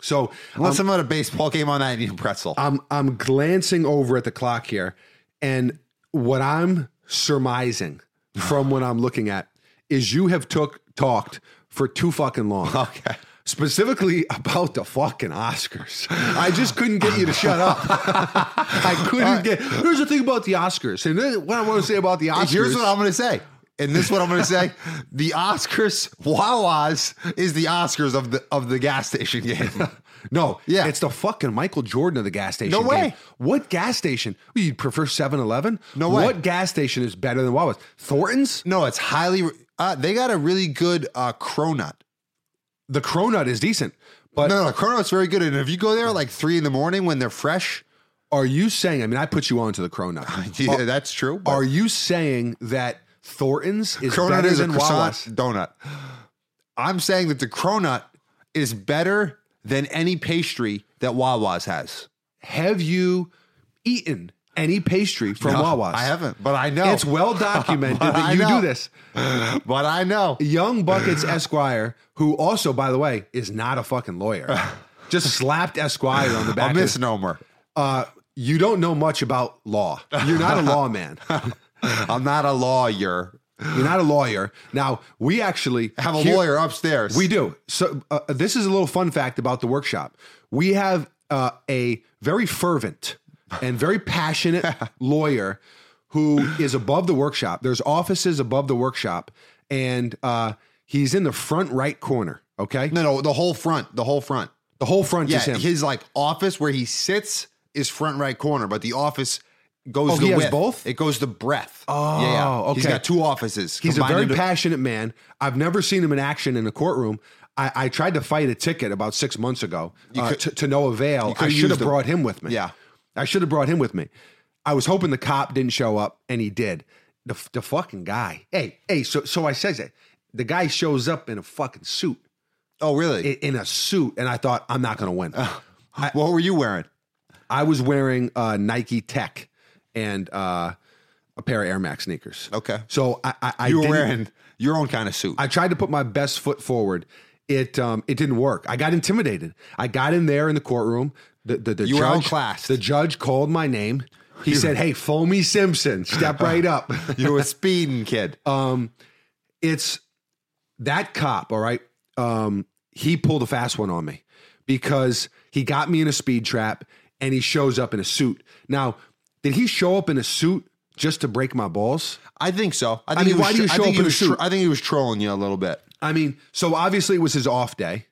Speaker 2: So
Speaker 3: Unless I'm at a baseball game on that, I need a pretzel.
Speaker 2: I'm I'm glancing over at the clock here, and what I'm surmising from what I'm looking at is you have took talked for too fucking long.
Speaker 3: *laughs* Okay.
Speaker 2: Specifically about the fucking Oscars. I just couldn't get you to shut up. I couldn't get. Here's the thing about the Oscars, and then what I want to say about the Oscars.
Speaker 3: Here's what I'm going to say. And this is what I'm going
Speaker 2: *laughs*
Speaker 3: to say. The Oscars, Wawa's is the Oscars of the of the gas
Speaker 2: *laughs*
Speaker 3: station game.
Speaker 2: No,
Speaker 3: Yeah.
Speaker 2: it's the fucking Michael Jordan of the gas station.
Speaker 3: No way.
Speaker 2: game. What gas station? You prefer 7-Eleven?
Speaker 3: No way.
Speaker 2: What gas station is better than Wawa's? Thornton's?
Speaker 3: no, it's highly uh, they got a really good uh cronut.
Speaker 2: The Cronut is decent, but
Speaker 3: No, no, cronut's very good. And if you go there at like three in the morning when they're fresh,
Speaker 2: are you saying? I mean, I put you on to the
Speaker 3: *laughs*
Speaker 2: Cronut.
Speaker 3: yeah, that's true. but
Speaker 2: Are you saying that Thornton's is
Speaker 3: cronut
Speaker 2: better
Speaker 3: is a
Speaker 2: than
Speaker 3: croissant
Speaker 2: Wawa's?
Speaker 3: donut. I'm saying that the cronut is better than any pastry that Wawa's has.
Speaker 2: Have you eaten any pastry from Wawa's.
Speaker 3: I haven't, but I know
Speaker 2: It's well
Speaker 3: *laughs*
Speaker 2: documented
Speaker 3: But
Speaker 2: that
Speaker 3: I
Speaker 2: you
Speaker 3: know.
Speaker 2: do this.
Speaker 3: But I know.
Speaker 2: Young Buckets Esquire, who also, by the way, is not a fucking
Speaker 3: *laughs*
Speaker 2: lawyer, just slapped Esquire on the *laughs* back.
Speaker 3: A
Speaker 2: of his- *laughs*
Speaker 3: misnomer.
Speaker 2: uh, you don't know much about law. You're not
Speaker 3: *laughs*
Speaker 2: a lawman.
Speaker 3: I'm not a lawyer.
Speaker 2: You're not a lawyer. Now we actually
Speaker 3: I have a
Speaker 2: here-
Speaker 3: lawyer upstairs.
Speaker 2: We do. So uh, this is a little fun fact about the workshop. We have uh, a very fervent and very
Speaker 3: *laughs*
Speaker 2: passionate lawyer who is above the workshop. There's offices above the workshop, and uh, he's in the front right corner. Okay,
Speaker 3: No, no, the whole front, the whole front.
Speaker 2: the whole front
Speaker 3: Yeah,
Speaker 2: is him.
Speaker 3: his like office where he sits is front right corner, but the office goes
Speaker 2: Oh,
Speaker 3: the
Speaker 2: he has
Speaker 3: width.
Speaker 2: both?
Speaker 3: It goes the breadth.
Speaker 2: Oh,
Speaker 3: yeah, yeah. He's
Speaker 2: okay.
Speaker 3: got two offices.
Speaker 2: He's a
Speaker 3: combined
Speaker 2: very
Speaker 3: into-
Speaker 2: passionate man. I've never seen him in action in a courtroom. I, I tried to fight a ticket about six months ago uh,
Speaker 3: could-
Speaker 2: to, to no avail. I
Speaker 3: could've
Speaker 2: should have
Speaker 3: used him.
Speaker 2: brought him with me.
Speaker 3: Yeah.
Speaker 2: I should have brought him with me. I was hoping the cop didn't show up, and he did. The, f- the fucking guy. Hey, hey. So so I says it. The guy shows up in a fucking suit,
Speaker 3: Oh, really?
Speaker 2: in, in a suit, and I thought I'm not gonna win.
Speaker 3: what were you wearing?
Speaker 2: I was wearing uh, Nike Tech and uh, a pair of Air Max sneakers.
Speaker 3: Okay.
Speaker 2: So I, I, I
Speaker 3: You were
Speaker 2: didn't-
Speaker 3: wearing your own kind of suit.
Speaker 2: I tried to put my best foot forward. It um it didn't work. I got intimidated. I got in there in the courtroom. The the, the
Speaker 3: You were
Speaker 2: judge,
Speaker 3: outclassed.
Speaker 2: The judge called my name. He said, "Hey, Foamy Simpson, step right
Speaker 3: *laughs*
Speaker 2: up."
Speaker 3: you were a speeding
Speaker 2: *laughs*
Speaker 3: kid.
Speaker 2: Uh, it's that cop, all right. Um, he pulled a fast one on me because he got me in a speed trap and he shows up in a suit. Now, did he show up in a suit just to break my balls?
Speaker 3: I think so. I, think
Speaker 2: mean,
Speaker 3: he was
Speaker 2: why do you
Speaker 3: tr- I
Speaker 2: show up
Speaker 3: think he
Speaker 2: in a
Speaker 3: was tr-
Speaker 2: suit?
Speaker 3: I think he was trolling you a little bit.
Speaker 2: I mean, so obviously it was his off day,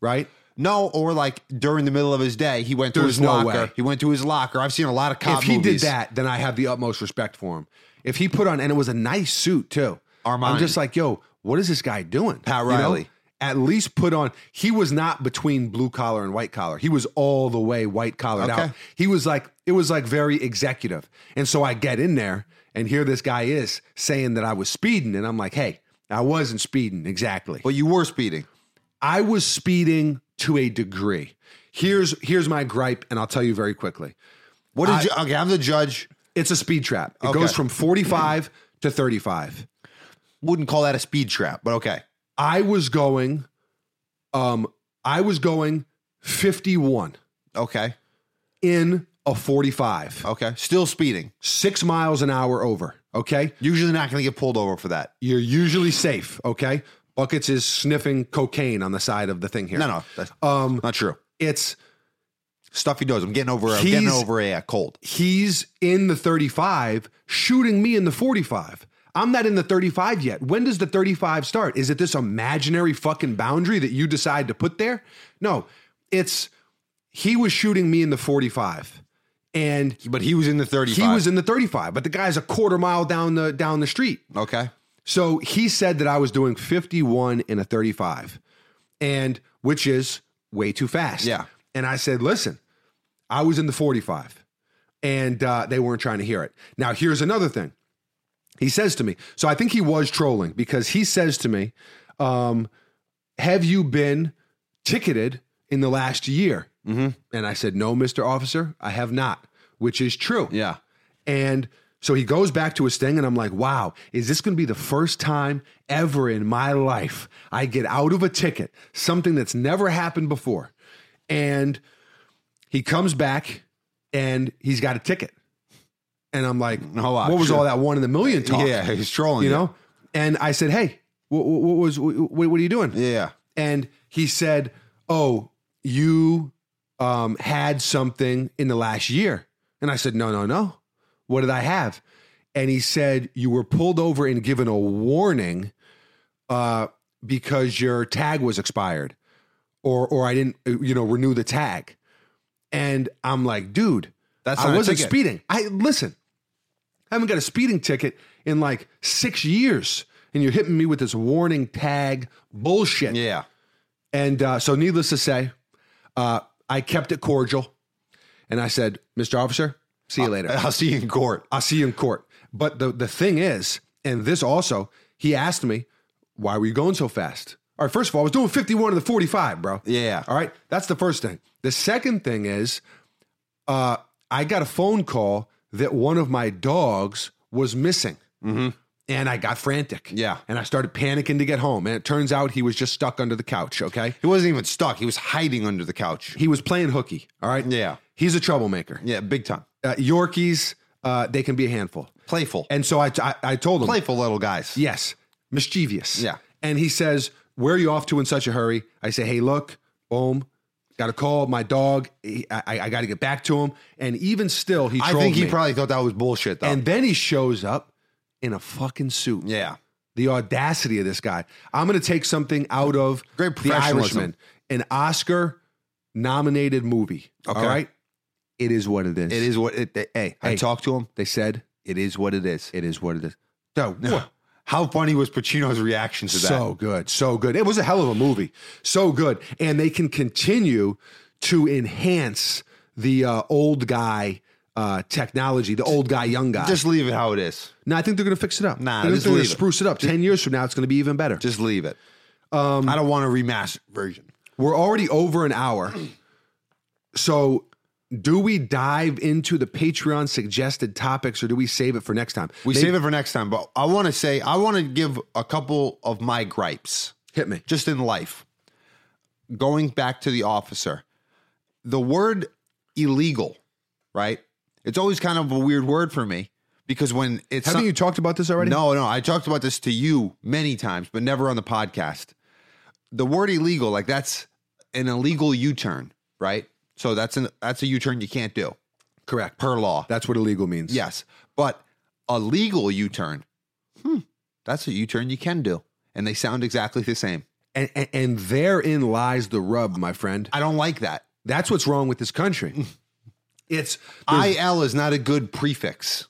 Speaker 2: right?
Speaker 3: No, or like during the middle of his day, he went to
Speaker 2: There's
Speaker 3: his
Speaker 2: no
Speaker 3: locker.
Speaker 2: way.
Speaker 3: He went to his locker. I've seen a lot of cop
Speaker 2: if he
Speaker 3: movies.
Speaker 2: did that, then I have the utmost respect for him. If he put on, and it was a nice suit too. I'm
Speaker 3: Armani.
Speaker 2: just like, yo, what is this guy doing?
Speaker 3: Pat
Speaker 2: You know?
Speaker 3: Riley.
Speaker 2: At least put on. He was not between blue collar and white collar. He was all the way white collared
Speaker 3: Okay.
Speaker 2: out. He was like, it was like very executive. And so I get in there, and here this guy is saying that I was speeding, and I'm like, hey, I wasn't speeding exactly.
Speaker 3: But you were speeding.
Speaker 2: I was speeding to a degree. Here's here's my gripe, and I'll tell you very quickly.
Speaker 3: What did you? Okay, I'm the judge.
Speaker 2: It's a speed trap. It
Speaker 3: Okay.
Speaker 2: goes from 45 to 35.
Speaker 3: Wouldn't call that a speed trap, but okay.
Speaker 2: I was going um I was going 51
Speaker 3: Okay.
Speaker 2: in a 45.
Speaker 3: Okay. Still speeding.
Speaker 2: 6 miles an hour over, okay?
Speaker 3: Usually not going to get pulled over for that.
Speaker 2: You're usually safe, okay? Buckets is sniffing cocaine on the side of the thing here.
Speaker 3: No, no. That's
Speaker 2: Um
Speaker 3: not true.
Speaker 2: it's
Speaker 3: Stuff he does. I'm getting over. I'm
Speaker 2: He's-
Speaker 3: getting over a, uh, cold.
Speaker 2: he's in the 35 shooting me in the 45. I'm not in the 35 yet. When does the 35 start? Is it this imaginary fucking boundary that you decide to put there? No, it's he was shooting me in the 45 and
Speaker 3: But he was in the 35.
Speaker 2: he was in the 35, but the guy's a quarter mile down the down the street.
Speaker 3: Okay.
Speaker 2: So he said that I was doing 51 in a 35, and which is way too fast.
Speaker 3: Yeah.
Speaker 2: And I said, listen, I was in the 45, and uh, they weren't trying to hear it. Now, here's another thing. He says to me, so I think he was trolling because he says to me, um, Have you been ticketed in the last year? And I said, No, Mr. Officer, I have not, which is true.
Speaker 3: Yeah.
Speaker 2: And so he goes back to his thing, and I'm like, wow, is this going to be the first time ever in my life I get out of a ticket, something that's never happened before? And he comes back and he's got a ticket. And I'm like,
Speaker 3: No option.
Speaker 2: what was all that one in the million talk?
Speaker 3: Yeah, he's trolling.
Speaker 2: you know? And I said, hey, what, what was, what, what are you doing?
Speaker 3: Yeah.
Speaker 2: and he said, "Oh, you um, had something in the last year." And I said, "No, no, no. What did I have?" And he said, "You were pulled over and given a warning uh, because your tag was expired, or or I didn't, uh, you know, renew the tag." And I'm like, "Dude,
Speaker 3: That's not
Speaker 2: I
Speaker 3: a
Speaker 2: wasn't
Speaker 3: ticket.
Speaker 2: speeding. I listen. I haven't got a speeding ticket in like six years." And you're hitting me with this warning tag bullshit.
Speaker 3: Yeah.
Speaker 2: And uh, so, needless to say, uh, I kept it cordial, and I said, "Mr. Officer, see you later.
Speaker 3: I'll see you in court.
Speaker 2: I'll see you in court." But the the thing is, and this also, he asked me, "Why were you going so fast?" All right, first of all, I was doing fifty-one to the forty-five, bro.
Speaker 3: Yeah.
Speaker 2: All right, that's the first thing. The second thing is, uh, I got a phone call that one of my dogs was missing. And I got frantic.
Speaker 3: Mm-hmm. Yeah.
Speaker 2: And I started panicking to get home. And it turns out he was just stuck under the couch. Okay.
Speaker 3: He wasn't even stuck. He was hiding under the couch.
Speaker 2: He was playing hooky. All right.
Speaker 3: Yeah.
Speaker 2: He's a troublemaker.
Speaker 3: Yeah, big time.
Speaker 2: Uh, Yorkies, uh, they can be a handful.
Speaker 3: Playful.
Speaker 2: And so I, I, I told him,
Speaker 3: Playful little guys.
Speaker 2: Yes, mischievous.
Speaker 3: Yeah.
Speaker 2: And he says, Where are you off to in such a hurry? I say, Hey, look, boom, got a call, my dog. He- I, got to get back to him. And even still, he
Speaker 3: I
Speaker 2: trolled
Speaker 3: think he
Speaker 2: me.
Speaker 3: probably thought that was bullshit though.
Speaker 2: and then he shows up in a fucking suit.
Speaker 3: yeah.
Speaker 2: The audacity of this guy. I'm going to take something out of
Speaker 3: Great
Speaker 2: The
Speaker 3: professionalism.
Speaker 2: Irishman, an Oscar nominated movie.
Speaker 3: Okay.
Speaker 2: All right. It is what it is.
Speaker 3: It is what it they, hey, I
Speaker 2: Hey.
Speaker 3: talked to him.
Speaker 2: They said
Speaker 3: It is what it is. *laughs*
Speaker 2: it is what it is. So,
Speaker 3: How funny was Pacino's reaction to that?
Speaker 2: So good, so good. It was a hell of a movie, so good. And they can continue to enhance the uh, old guy uh, technology, the old guy, young guy.
Speaker 3: just leave it how it is.
Speaker 2: no, I think they're going to fix it up.
Speaker 3: Nah,
Speaker 2: they're
Speaker 3: just
Speaker 2: going to
Speaker 3: leave it.
Speaker 2: spruce it up. Ten years from now, it's going to be even better.
Speaker 3: Just leave it. I don't want a remastered version.
Speaker 2: We're already over an hour, so do we dive into the Patreon suggested topics, or do we save it for next time?
Speaker 3: We save it for next time, but I want to say I want to give a couple of my gripes
Speaker 2: Hit me.
Speaker 3: just in life. Going back to the officer, the word illegal, right? It's always kind of a weird word for me because when it's
Speaker 2: Haven't
Speaker 3: some-
Speaker 2: you talked about this already?
Speaker 3: No, no. I talked about this to you many times, but never on the podcast. The word illegal, like that's an illegal U-turn, right? So that's an that's a U-turn you can't do
Speaker 2: correct.
Speaker 3: per law.
Speaker 2: That's what illegal means.
Speaker 3: yes. But a legal U-turn, hmm, that's a U-turn you can do. And they sound exactly the same.
Speaker 2: and, and and therein lies the rub, my friend.
Speaker 3: I don't like that.
Speaker 2: That's what's wrong with this country.
Speaker 3: *laughs*
Speaker 2: It's
Speaker 3: IL is not a good prefix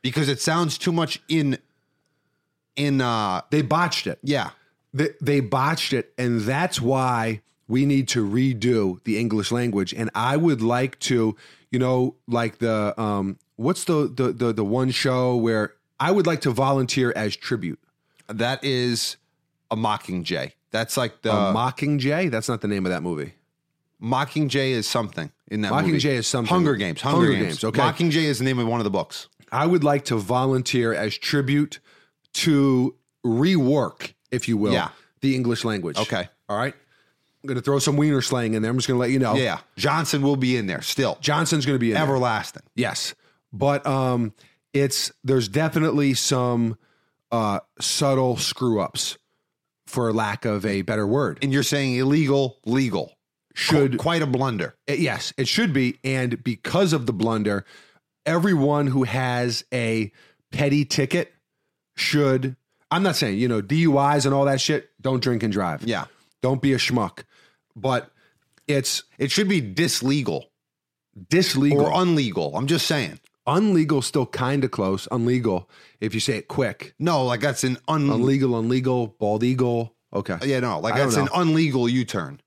Speaker 3: because it sounds too much in in uh
Speaker 2: they botched it.
Speaker 3: yeah.
Speaker 2: They, they botched it, and that's why we need to redo the English language. And I would like to, you know, like the um, what's the the the, the one show where I would like to volunteer as tribute.
Speaker 3: That is a mockingjay. That's like the
Speaker 2: The Uh, Mockingjay. That's not the name of that movie.
Speaker 3: Mockingjay is something in that movie.
Speaker 2: Mockingjay is something.
Speaker 3: Hunger Games. Hunger,
Speaker 2: Hunger
Speaker 3: Games.
Speaker 2: Games, okay.
Speaker 3: Mockingjay is the name of one of the books.
Speaker 2: I would like to volunteer as tribute to rework, if you will,
Speaker 3: Yeah.
Speaker 2: the English language.
Speaker 3: Okay.
Speaker 2: All right. I'm going to throw some wiener slang in there. I'm just going to let you know.
Speaker 3: Yeah. Johnson will be in there still.
Speaker 2: Johnson's going to Oh. be in there.
Speaker 3: Everlasting.
Speaker 2: Yes. But um it's there's definitely some uh subtle screw ups for lack of a better word.
Speaker 3: And you're saying illegal, legal.
Speaker 2: Should-
Speaker 3: Qu- quite a blunder.
Speaker 2: It- yes, it should be. And because of the blunder, everyone who has a petty ticket should. I'm not saying, you know, DUIs and all that shit, don't drink and drive.
Speaker 3: Yeah.
Speaker 2: Don't be a schmuck. But it's
Speaker 3: It should be dislegal
Speaker 2: dislegal.
Speaker 3: or unlegal. I'm just saying.
Speaker 2: unlegal, still kind of close. Unlegal, if you say it quick.
Speaker 3: No, like that's an un.
Speaker 2: Unlegal, unlegal, bald eagle. Okay.
Speaker 3: yeah, no, like
Speaker 2: I don't
Speaker 3: that's an
Speaker 2: know.
Speaker 3: unlegal U-turn.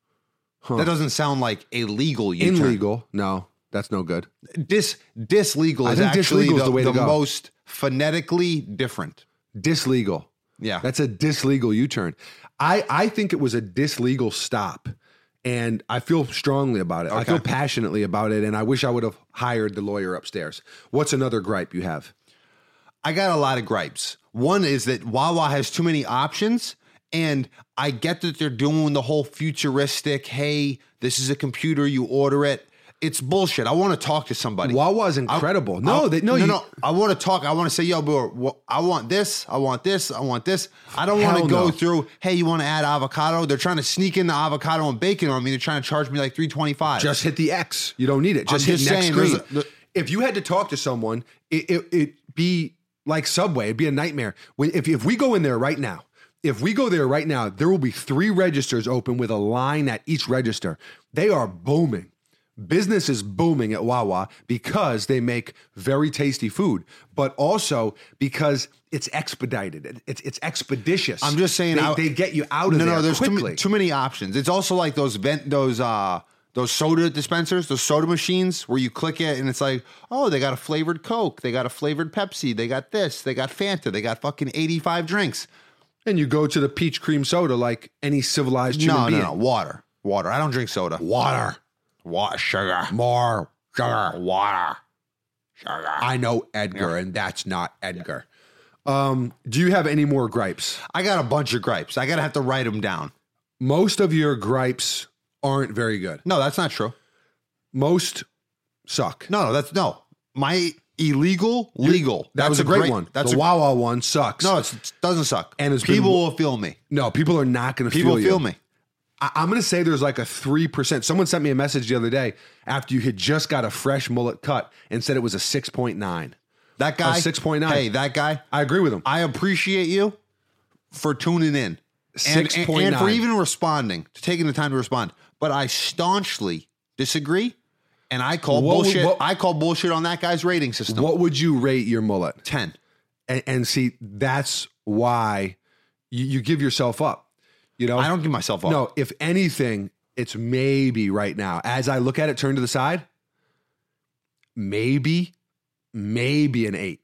Speaker 3: That doesn't sound like a legal U-turn.
Speaker 2: Illegal. No, that's no good.
Speaker 3: Dis dislegal
Speaker 2: I
Speaker 3: is
Speaker 2: think
Speaker 3: actually
Speaker 2: dislegal is
Speaker 3: the,
Speaker 2: the way to
Speaker 3: the
Speaker 2: go.
Speaker 3: most phonetically different.
Speaker 2: Dislegal.
Speaker 3: Yeah.
Speaker 2: That's a dislegal U-turn. I I think it was a dislegal stop, and I feel strongly about it. I
Speaker 3: Okay.
Speaker 2: feel passionately about it, and I wish I would have hired the lawyer upstairs. What's another gripe you have?
Speaker 3: I got a lot of gripes. One is that Wawa has too many options. And I get that they're doing the whole futuristic, hey, this is a computer, you order it. It's bullshit. I want to talk to somebody.
Speaker 2: Wawa is incredible. no,
Speaker 3: I-
Speaker 2: they, no,
Speaker 3: no,
Speaker 2: you,
Speaker 3: no. I want to talk. I want to say, yo, bro, wha- I want this. I want this. I want this. I don't want
Speaker 2: Hell
Speaker 3: to go
Speaker 2: no.
Speaker 3: through, hey, you want to add avocado? They're trying to sneak in the avocado and bacon on me. They're trying to charge me like 325
Speaker 2: Just hit the X. You don't need it. Just
Speaker 3: I'm
Speaker 2: hit
Speaker 3: just
Speaker 2: next
Speaker 3: saying,
Speaker 2: screen.
Speaker 3: there's a- the-
Speaker 2: if you had to talk to someone, it it it'd be like Subway. It'd be a nightmare. When if if we go in there right now, if we go there right now, there will be three registers open with a line at each register. They are booming. Business is booming at Wawa because they make very tasty food, but also because it's expedited. It- It's it's expeditious.
Speaker 3: I'm just saying
Speaker 2: they,
Speaker 3: I-
Speaker 2: they get you out of
Speaker 3: no,
Speaker 2: there
Speaker 3: no. There's too,
Speaker 2: quickly.
Speaker 3: ma- too many options. It's also like those vent, those uh, those soda dispensers, those soda machines where you click it and it's like, oh, they got a flavored Coke, they got a flavored Pepsi, they got this, they got Fanta, they got fucking 85 drinks.
Speaker 2: and you go to the peach cream soda like any civilized human
Speaker 3: No, no,
Speaker 2: being.
Speaker 3: no, water, water. I don't drink soda. Water, water, sugar, more sugar, water, I
Speaker 2: I know Edgar, and that's not Edgar. Um, do you have any more gripes?
Speaker 3: got a bunch of gripes. I gotta have to write them down.
Speaker 2: Most of your gripes aren't very good.
Speaker 3: No, that's not true.
Speaker 2: Most suck.
Speaker 3: No, no, that's no. My illegal, legal.
Speaker 2: That
Speaker 3: That's
Speaker 2: was a great, one.
Speaker 3: That's
Speaker 2: the
Speaker 3: a,
Speaker 2: Wawa one sucks.
Speaker 3: no. It's, it doesn't suck.
Speaker 2: And it's been-
Speaker 3: people will feel me.
Speaker 2: no, people are not going to
Speaker 3: People
Speaker 2: feel,
Speaker 3: feel,
Speaker 2: you.
Speaker 3: me.
Speaker 2: I, I'm going to say there's like a three percent. Someone sent me a message the other day after you had just got a fresh mullet cut and said it was a six point nine.
Speaker 3: That guy,
Speaker 2: 6.9.
Speaker 3: Hey, that guy.
Speaker 2: I agree with him.
Speaker 3: I appreciate you for tuning in and, and, and
Speaker 2: 6.9.
Speaker 3: for even responding, to taking the time to respond. But I staunchly disagree, and I call
Speaker 2: What would-
Speaker 3: bullshit.
Speaker 2: what-
Speaker 3: I call bullshit on that guy's rating system.
Speaker 2: what would you rate your mullet?
Speaker 3: Ten.
Speaker 2: And, and see, that's why you, you give yourself up. You know,
Speaker 3: I don't give myself up.
Speaker 2: No, if anything, it's maybe right now. As I look at it, turn to the side, maybe, maybe an eight,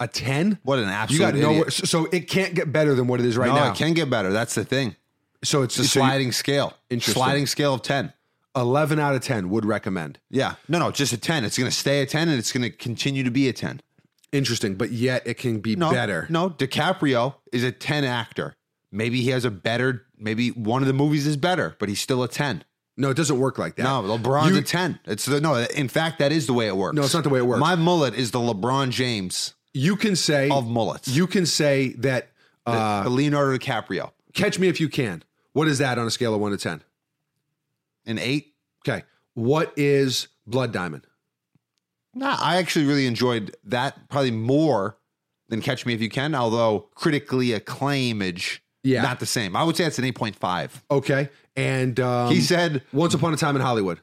Speaker 2: a ten.
Speaker 3: What an
Speaker 2: You
Speaker 3: absolute
Speaker 2: got nowhere.
Speaker 3: idiot.
Speaker 2: So so it can't get better than what it is right
Speaker 3: no,
Speaker 2: now.
Speaker 3: it can get better. That's the thing.
Speaker 2: So it's
Speaker 3: It's a
Speaker 2: so you-
Speaker 3: sliding scale.
Speaker 2: Interesting.
Speaker 3: Sliding scale of ten.
Speaker 2: Eleven out of ten would recommend.
Speaker 3: Yeah. No, no, just a 10. It's going to stay a 10 and it's going to continue to be a 10.
Speaker 2: Interesting, but yet it can be
Speaker 3: No.
Speaker 2: better.
Speaker 3: No, DiCaprio is a 10 actor. Maybe he has a better, maybe one of the movies is better, but he's still a 10.
Speaker 2: No, it doesn't work like that.
Speaker 3: No, LeBron's
Speaker 2: You-
Speaker 3: a 10. It's the, no, in fact, that is the way it works.
Speaker 2: No, it's not the way it works.
Speaker 3: My mullet is the LeBron James
Speaker 2: you can say
Speaker 3: of mullets.
Speaker 2: you can say that. Uh,
Speaker 3: the Leonardo DiCaprio.
Speaker 2: catch me if you can. What is that on a scale of one to ten?
Speaker 3: An eight.
Speaker 2: Okay, what is Blood Diamond?
Speaker 3: Nah, I actually really enjoyed that probably more than Catch Me If You Can, although critically acclaimage,
Speaker 2: Yeah.
Speaker 3: not the same. I would say it's an 8.5.
Speaker 2: Okay. And um,
Speaker 3: he said
Speaker 2: Once Upon a Time in Hollywood.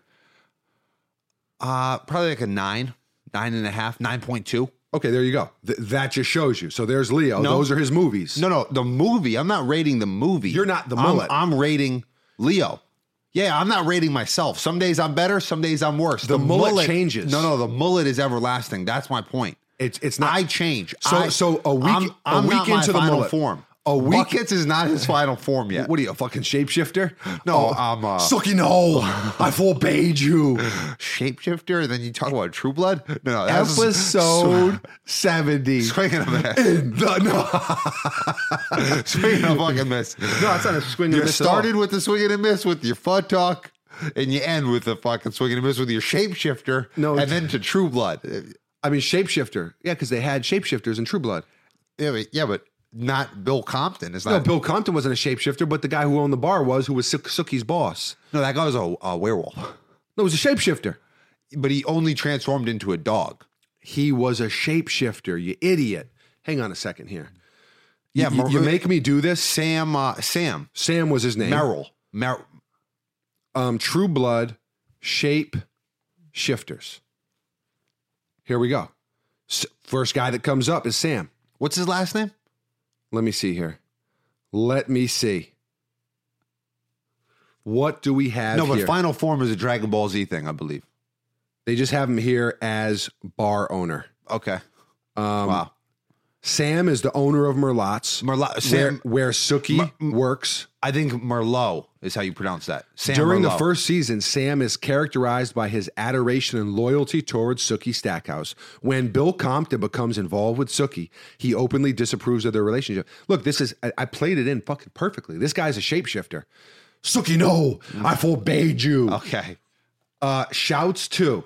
Speaker 3: Uh, probably like a nine, nine and a half, nine point two.
Speaker 2: Okay, there you go. Th- that just shows you. So there's Leo.
Speaker 3: No.
Speaker 2: Those are his movies.
Speaker 3: No, no, the movie. I'm not rating the movie.
Speaker 2: You're not the
Speaker 3: I'm-
Speaker 2: mullet.
Speaker 3: I'm, rating Leo. Yeah, I'm not rating myself. Some days I'm better. Some days I'm worse. The,
Speaker 2: mullet changes.
Speaker 3: No, no, the mullet is everlasting. That's my point.
Speaker 2: It's it's not.
Speaker 3: I change.
Speaker 2: So-
Speaker 3: I-
Speaker 2: so a week-
Speaker 3: I'm,
Speaker 2: a
Speaker 3: I'm
Speaker 2: week
Speaker 3: not my
Speaker 2: into the
Speaker 3: final
Speaker 2: mullet.
Speaker 3: form.
Speaker 2: A week-
Speaker 3: Buckets is not his final form
Speaker 2: *laughs*
Speaker 3: yet.
Speaker 2: what Oh. are you, a fucking shapeshifter?
Speaker 3: No, I'm, uh,
Speaker 2: sucking hole. *laughs* I forbade you.
Speaker 3: Shapeshifter. Then you talk about True Blood. No, no, that's
Speaker 2: Episode seventy.
Speaker 3: *laughs* Swinging a miss.
Speaker 2: In
Speaker 3: *laughs*
Speaker 2: the- *laughs* no,
Speaker 3: Swinging a fucking miss.
Speaker 2: no, it's not a swing. and
Speaker 3: You
Speaker 2: a miss at all.
Speaker 3: started with the swing and a miss with your fun talk, and you end with the fucking swing and a miss with your shapeshifter.
Speaker 2: No,
Speaker 3: and then to True Blood. Uh,
Speaker 2: I mean, shapeshifter. Yeah, because they had shapeshifters in True Blood.
Speaker 3: Yeah, but, yeah, but not Bill Compton. It's
Speaker 2: No,
Speaker 3: not.
Speaker 2: Bill Compton wasn't a shapeshifter, but the guy who owned the bar was, who was Sook- Sookie's boss.
Speaker 3: no that guy was a, a werewolf,
Speaker 2: No, it was a shapeshifter.
Speaker 3: but he only transformed into a dog.
Speaker 2: He was a shapeshifter. You idiot. Hang on a second here.
Speaker 3: Yeah,
Speaker 2: you,
Speaker 3: Mar-
Speaker 2: you make me do this.
Speaker 3: Sam. Uh, Sam
Speaker 2: Sam was his name.
Speaker 3: Merrill. Mer-
Speaker 2: Um, True Blood, Shape Shifters. Here we go. S- First guy that comes up is Sam.
Speaker 3: What's his last name?
Speaker 2: Let me see here. Let me see. What do we have
Speaker 3: No, but
Speaker 2: here?
Speaker 3: Final Form is a Dragon Ball Z thing, I believe.
Speaker 2: they just have him here as bar owner.
Speaker 3: Okay.
Speaker 2: Um,
Speaker 3: wow.
Speaker 2: Sam is the owner of Merlot's,
Speaker 3: Merlot.
Speaker 2: where,
Speaker 3: Sam.
Speaker 2: where Suki works.
Speaker 3: I think Merlot is how you pronounce that. Sam
Speaker 2: During the
Speaker 3: Merlot.
Speaker 2: first season, Sam is characterized by his adoration and loyalty towards Sookie Stackhouse. When Bill Compton becomes involved with Sookie, he openly disapproves of their relationship. Look, this is, I, I played it in fucking perfectly. This guy's a shapeshifter. Sookie, no, I forbade you.
Speaker 3: Okay.
Speaker 2: Uh, shouts to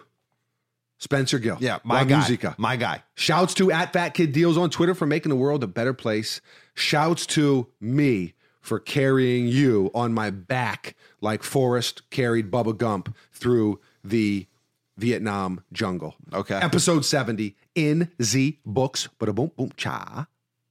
Speaker 2: Spencer Gill.
Speaker 3: Yeah, my
Speaker 2: La
Speaker 3: guy.
Speaker 2: Musica.
Speaker 3: My guy.
Speaker 2: Shouts to at Fat Kid Deals on Twitter for making the world a better place. Shouts to me for carrying you on my back like Forrest carried Bubba Gump through the Vietnam jungle.
Speaker 3: Okay.
Speaker 2: Episode 70 in Z Books. But a boom boom cha.